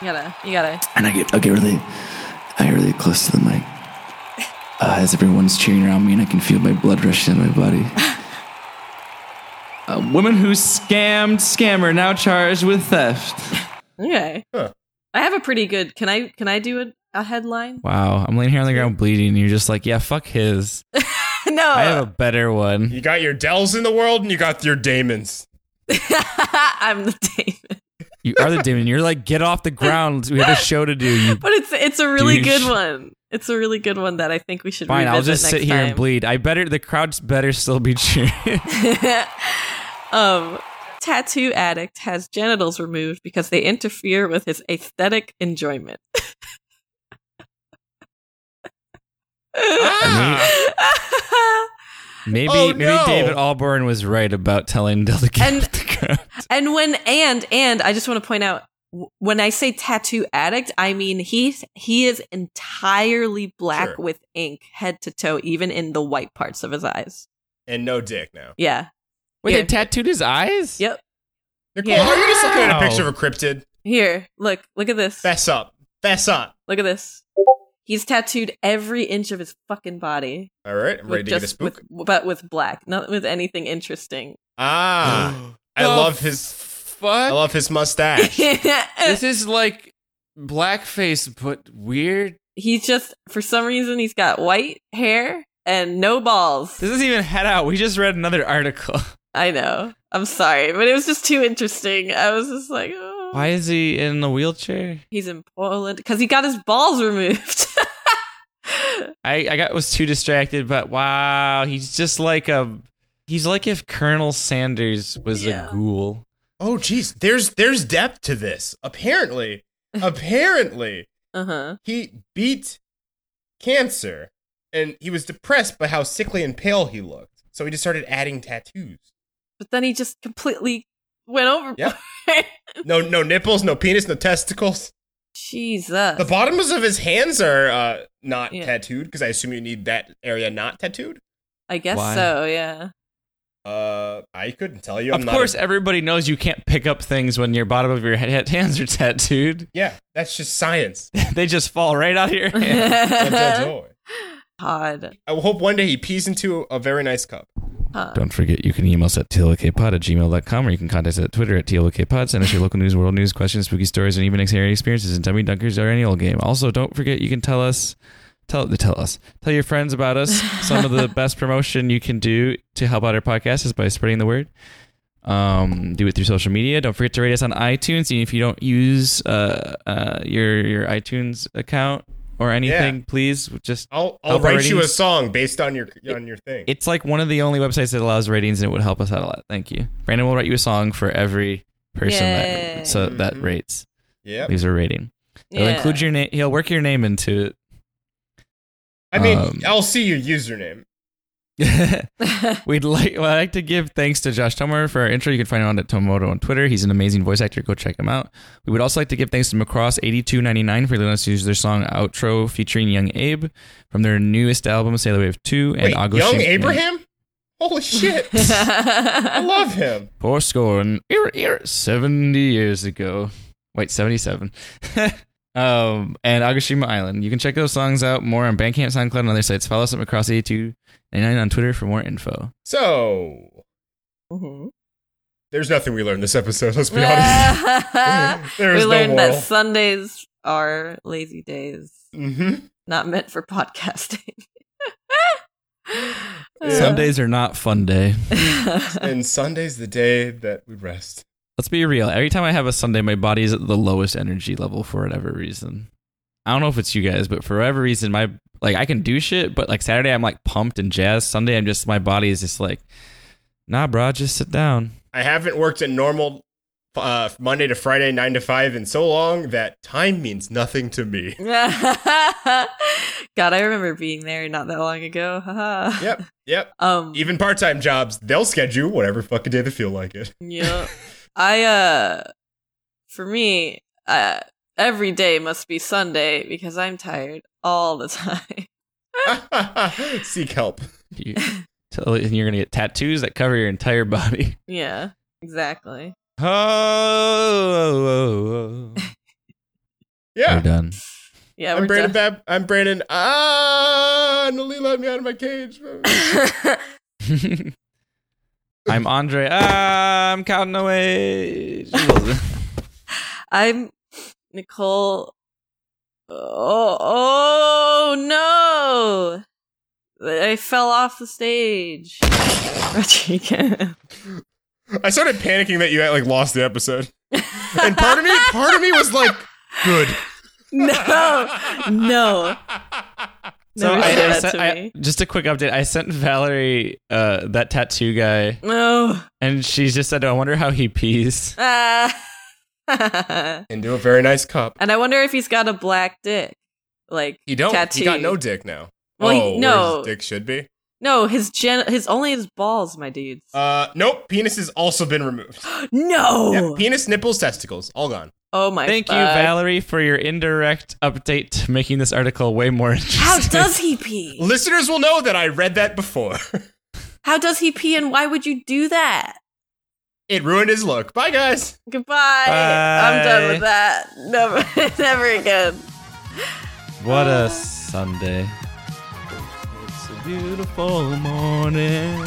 Speaker 1: You gotta, you gotta.
Speaker 7: and I get I get really I get really close to the mic uh, as everyone's cheering around me, and I can feel my blood rush in my body.
Speaker 3: [LAUGHS] A woman who scammed scammer now charged with theft.
Speaker 1: Okay.
Speaker 2: Huh.
Speaker 1: I have a pretty good. Can I? Can I do a, a headline? [LAUGHS]
Speaker 3: Wow, I'm laying here on the ground bleeding, and you're just like, yeah, fuck his.
Speaker 1: no.
Speaker 3: I
Speaker 1: [LAUGHS]
Speaker 3: have a better one.
Speaker 2: You got your Dells in the world and you got your Damons.
Speaker 1: I'm the David.
Speaker 3: You are the demon. You're like, get off the ground. [LAUGHS] We have a show to do. You
Speaker 1: But it's it's a really
Speaker 3: Douche.
Speaker 1: good one. It's a really good one that I think we should
Speaker 3: fine. I'll
Speaker 1: revisit
Speaker 3: just
Speaker 1: next
Speaker 3: sit here
Speaker 1: time.
Speaker 3: and bleed. I better the crowd's better still be cheering. [LAUGHS]
Speaker 1: [LAUGHS] um, tattoo addict has genitals removed because they interfere with his aesthetic enjoyment. [LAUGHS]
Speaker 2: Ah!
Speaker 3: maybe
Speaker 2: Oh,
Speaker 3: maybe
Speaker 2: no.
Speaker 3: David Alborn was right about telling Del to get
Speaker 1: And-
Speaker 3: off the ground.
Speaker 1: and when and and I just want to point out w- when I say tattoo addict, I mean he's he is entirely black
Speaker 2: Sure.
Speaker 1: with ink head to toe, even in the white parts of his eyes.
Speaker 2: and no dick now.
Speaker 1: Yeah.
Speaker 3: Wait,
Speaker 1: Here.
Speaker 3: they tattooed his eyes?
Speaker 1: Yep.
Speaker 2: Nicole,
Speaker 1: Yeah.
Speaker 2: are you just looking at
Speaker 3: Wow.
Speaker 2: a picture of a cryptid?
Speaker 1: Here, look, look at this.
Speaker 2: Fess up. Fess up.
Speaker 1: Look at this. He's tattooed every inch of his fucking body.
Speaker 2: All right, I'm ready
Speaker 1: with
Speaker 2: to get a
Speaker 1: just-
Speaker 2: spook.
Speaker 1: With, but with black, not with
Speaker 2: [LAUGHS]
Speaker 1: anything interesting.
Speaker 2: Ah, I love his. I
Speaker 3: fuck.
Speaker 2: love his mustache.
Speaker 3: Oh,
Speaker 1: Uh, [LAUGHS]
Speaker 3: this is like blackface, but weird.
Speaker 1: he's just, for some reason, he's got white hair and no balls.
Speaker 3: This isn't even head out. We just read another
Speaker 1: [LAUGHS]
Speaker 3: article.
Speaker 1: I know. I'm sorry, but it was just too interesting. I was just like, oh.
Speaker 3: Why is he in a wheelchair?
Speaker 1: He's in Poland because he got his balls [LAUGHS] removed.
Speaker 3: I, I got was too distracted, but wow, he's just like a he's like if Colonel Sanders was
Speaker 1: Yeah.
Speaker 3: a ghoul.
Speaker 2: oh, jeez. There's there's depth to this.
Speaker 3: [LAUGHS]
Speaker 2: Apparently, apparently,
Speaker 1: uh huh.
Speaker 2: he beat cancer, and he was depressed by how sickly and pale he looked. So he just started adding tattoos.
Speaker 1: But then he just completely went over.
Speaker 2: Yeah. No, no nipples, no penis, no testicles.
Speaker 1: [LAUGHS]
Speaker 3: Uh,
Speaker 1: Jesus.
Speaker 2: The bottoms of his hands are uh, not
Speaker 1: Yeah.
Speaker 2: tattooed because I assume you need that area not tattooed.
Speaker 1: I guess
Speaker 3: Why?
Speaker 1: so, yeah.
Speaker 2: Uh, I couldn't tell you. I'm
Speaker 3: of
Speaker 2: not a-
Speaker 3: course, everybody knows you can't pick up things when your bottom of your [LAUGHS] head, hands are tattooed. [LAUGHS]
Speaker 2: yeah, that's just science.
Speaker 3: they just fall right out of your
Speaker 1: [LAUGHS]
Speaker 3: hand.
Speaker 2: That's a joy.
Speaker 1: Pod.
Speaker 2: I hope one day he pees into a very nice cup.
Speaker 3: Don't forget, you can email us at tlokpod at gmail.com or you can contact us at Twitter at tlokpod. Send us your local news, world news, questions, spooky stories, and even exterior experiences in Dummy Dunkers or any old game. Also, don't forget, you can tell us, tell tell us, tell your friends about us. Some of the best promotion you can do to help out our podcast is by spreading the word. Um, do it through social media. Don't forget to rate us on iTunes. And if you don't use uh, uh, your your iTunes account or anything, please just
Speaker 2: I'll I'll
Speaker 3: Help our
Speaker 2: write you a
Speaker 3: ratings.
Speaker 2: song based on your on your thing.
Speaker 3: it's like one of the only websites that allows ratings, and it would help us out a lot. Thank you. Brandon will write you a song for every person
Speaker 1: Yay.
Speaker 3: that so that
Speaker 2: Mhm.
Speaker 3: rates
Speaker 2: yep.
Speaker 3: leaves a rating. He'll
Speaker 1: Yeah.
Speaker 3: include your name. He'll work your name
Speaker 1: [LAUGHS]
Speaker 3: into
Speaker 2: I mean,
Speaker 3: um,
Speaker 2: I'll see your username.
Speaker 3: it. [LAUGHS] We'd like well, I'd like to give thanks to Josh Tomer for our intro. You can find him on at Tomoto on Twitter. He's an amazing voice actor. Go check him out. We would also like to give thanks to Macross8299 for letting us use their song Outro featuring Young Abe from their newest album, Sailor Wave 2 and
Speaker 2: Wait,
Speaker 3: August.
Speaker 2: young Abraham? Holy shit!
Speaker 1: [LAUGHS]
Speaker 2: I love him.
Speaker 3: Poor score and er, er, 70 years ago. Wait, 77. [LAUGHS] um, and Agashima Island. You can check those songs out more on Bandcamp, SoundCloud, and other sites. Follow us at Macross8299 on Twitter for more info.
Speaker 2: So
Speaker 1: Mhm.
Speaker 2: there's nothing we learned this episode. Let's be
Speaker 1: [LAUGHS]
Speaker 2: honest. There
Speaker 1: we
Speaker 2: is no
Speaker 1: learned that
Speaker 2: moral.
Speaker 1: Sundays are lazy days,
Speaker 2: hmm
Speaker 1: not meant for
Speaker 2: [LAUGHS]
Speaker 1: podcasting.
Speaker 2: Yeah.
Speaker 3: Some days are not fun day.
Speaker 2: And Sunday's the day that we rest.
Speaker 3: Let's be real. Every time I have a Sunday, my body is at the lowest energy level for whatever reason. I don't know if it's you guys, but for whatever reason, my like I can do shit, but like Saturday I'm like pumped and jazzed. Sunday I'm just my body is just like, nah, bro, just sit down.
Speaker 2: I haven't worked a normal uh, Monday to Friday nine to five in so long that time means nothing to
Speaker 1: [LAUGHS]
Speaker 2: me.
Speaker 1: [LAUGHS] God, I remember being there not that long ago. [LAUGHS] Haha.
Speaker 2: Yep, yep.
Speaker 1: Um.
Speaker 2: Even part-time jobs, they'll schedule whatever fucking day they feel like it. [LAUGHS]
Speaker 1: Yeah. I uh for me, uh every day must be Sunday because I'm tired all the [LAUGHS] time.
Speaker 2: Seek help.
Speaker 3: You, till, and you're gonna get tattoos that cover your entire body.
Speaker 1: yeah, exactly.
Speaker 3: [LAUGHS] Oh, oh, oh.
Speaker 2: Yeah.
Speaker 3: we're done.
Speaker 1: Yeah,
Speaker 2: I'm
Speaker 1: we're
Speaker 2: Brandon
Speaker 1: done.
Speaker 2: Bab- I'm Brandon. Ah, Nali let me out of my cage.
Speaker 1: [LAUGHS]
Speaker 3: I'm Andre. Ah, I'm counting [LAUGHS] away.
Speaker 1: I'm Nicole. Oh, oh no! I fell off the stage. [LAUGHS] Rodriguez. [LAUGHS]
Speaker 2: I started panicking that you like lost the episode. And part of me, part of me was like, good.
Speaker 1: No,
Speaker 2: [LAUGHS]
Speaker 1: no.
Speaker 3: So
Speaker 1: Never
Speaker 3: I,
Speaker 1: say
Speaker 3: I
Speaker 1: that
Speaker 3: sent-
Speaker 1: to
Speaker 3: I-
Speaker 1: me.
Speaker 3: just a quick update. I sent Valerie uh, that tattoo guy,
Speaker 1: No. [LAUGHS]
Speaker 3: and she just said, "I wonder how he pees."
Speaker 1: Ah.
Speaker 2: Into a very nice cup.
Speaker 1: and I wonder if he's got a black dick, like
Speaker 2: He don't. He got
Speaker 1: tattooed.
Speaker 2: no dick now.
Speaker 1: Well, he-
Speaker 2: oh, where
Speaker 1: no.
Speaker 2: his dick should be.
Speaker 1: No, his gen, his only his balls, my dudes.
Speaker 2: Uh, nope. Penis has also been removed.
Speaker 1: no.
Speaker 2: Yeah, penis, nipples, testicles, all gone.
Speaker 1: oh my.
Speaker 3: Thank you,
Speaker 1: fuck.
Speaker 3: Valerie, for your indirect update, making this article way more interesting.
Speaker 2: [LAUGHS]
Speaker 1: How does he pee?
Speaker 2: Listeners will know that I read that before. [LAUGHS]
Speaker 1: How does he pee, and why would you do that?
Speaker 2: it ruined his look. Bye, guys.
Speaker 1: Goodbye. I'm done with that. Never, [LAUGHS] never again.
Speaker 3: What a Sunday. Ah. It's a beautiful morning.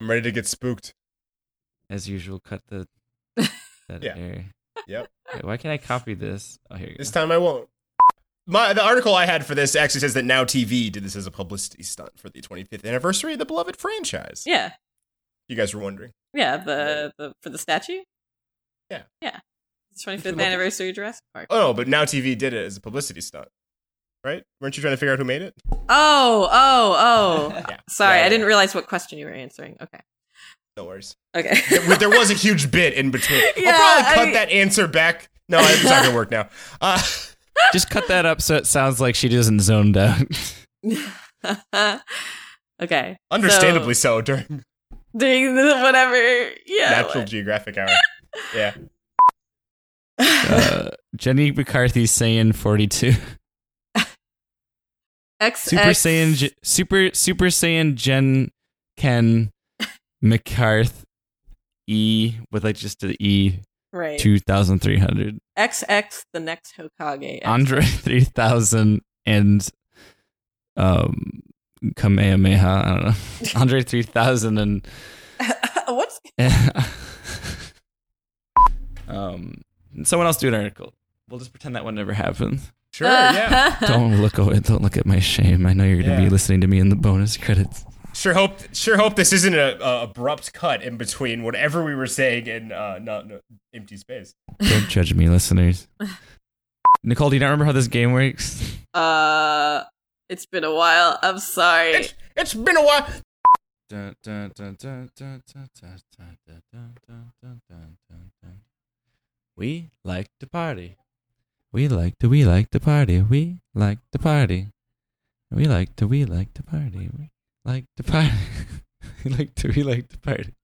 Speaker 2: I'm ready to get spooked.
Speaker 3: As usual, cut [LAUGHS] the. That
Speaker 2: Yeah.
Speaker 3: area.
Speaker 2: Yep.
Speaker 3: Wait, why can't I copy this? Oh, here you
Speaker 2: This
Speaker 3: go.
Speaker 2: time I won't. My the article I had for this actually says that Now TV did this as a publicity stunt for the 25th anniversary of the beloved franchise.
Speaker 1: Yeah,
Speaker 2: You guys were wondering.
Speaker 1: yeah. The, the for the statue.
Speaker 2: Yeah.
Speaker 1: Yeah. It's 25th anniversary Jurassic Park.
Speaker 2: Oh, but Now TV did it as a publicity stunt. Right? Weren't you trying to figure out who made it?
Speaker 1: Oh,
Speaker 2: [LAUGHS]
Speaker 1: oh, oh.
Speaker 2: Yeah.
Speaker 1: Sorry,
Speaker 2: Yeah,
Speaker 1: I didn't
Speaker 2: yeah.
Speaker 1: realize what question you were answering. Okay.
Speaker 2: No worries.
Speaker 1: Okay.
Speaker 2: There there was a huge bit in
Speaker 1: [LAUGHS]
Speaker 2: between.
Speaker 1: Yeah,
Speaker 2: I'll probably cut
Speaker 1: I-
Speaker 2: that answer back. No, it's not gonna work now.
Speaker 1: [LAUGHS]
Speaker 2: Uh,
Speaker 3: Just cut that up so it sounds like she doesn't zoned out. [LAUGHS]
Speaker 1: [LAUGHS] okay.
Speaker 2: understandably
Speaker 1: So,
Speaker 2: so
Speaker 1: [LAUGHS]
Speaker 2: during
Speaker 1: doing the whatever. Yeah. [LAUGHS]
Speaker 2: Natural
Speaker 1: what-
Speaker 2: Geographic hour. Yeah.
Speaker 3: Uh, Jenny McCarthy Saiyan 42.
Speaker 1: X,
Speaker 3: Super
Speaker 1: X-
Speaker 3: Saiyan G- Super Super Saiyan Gen Ken McCarth E with like just an E
Speaker 1: Right.
Speaker 3: 2300
Speaker 1: XX the next Hokage.
Speaker 3: Andre [LAUGHS] 3000 and um Kamehameha, I don't know. Andre 3000 and
Speaker 1: [LAUGHS]
Speaker 3: [LAUGHS]
Speaker 1: What's
Speaker 3: um someone else do an article. We'll just pretend that one never happened.
Speaker 2: Sure,
Speaker 1: Uh.
Speaker 2: yeah.
Speaker 1: [LAUGHS]
Speaker 3: don't look away. Don't look at my shame. I know you're going to
Speaker 2: Yeah.
Speaker 3: be listening to me in the bonus credits.
Speaker 2: Sure hope sure hope this isn't a, a abrupt cut in between whatever we were saying and uh not no, empty space.
Speaker 3: Don't judge me, listeners. Nicole, do you not remember how this game works?
Speaker 1: Uh, it's been a while. I'm sorry.
Speaker 2: It's it's been a while.
Speaker 3: We like to party. We like to. We like to party. We like to party. [LAUGHS] We like to. We like to party. We like to party. we like to. We like to party.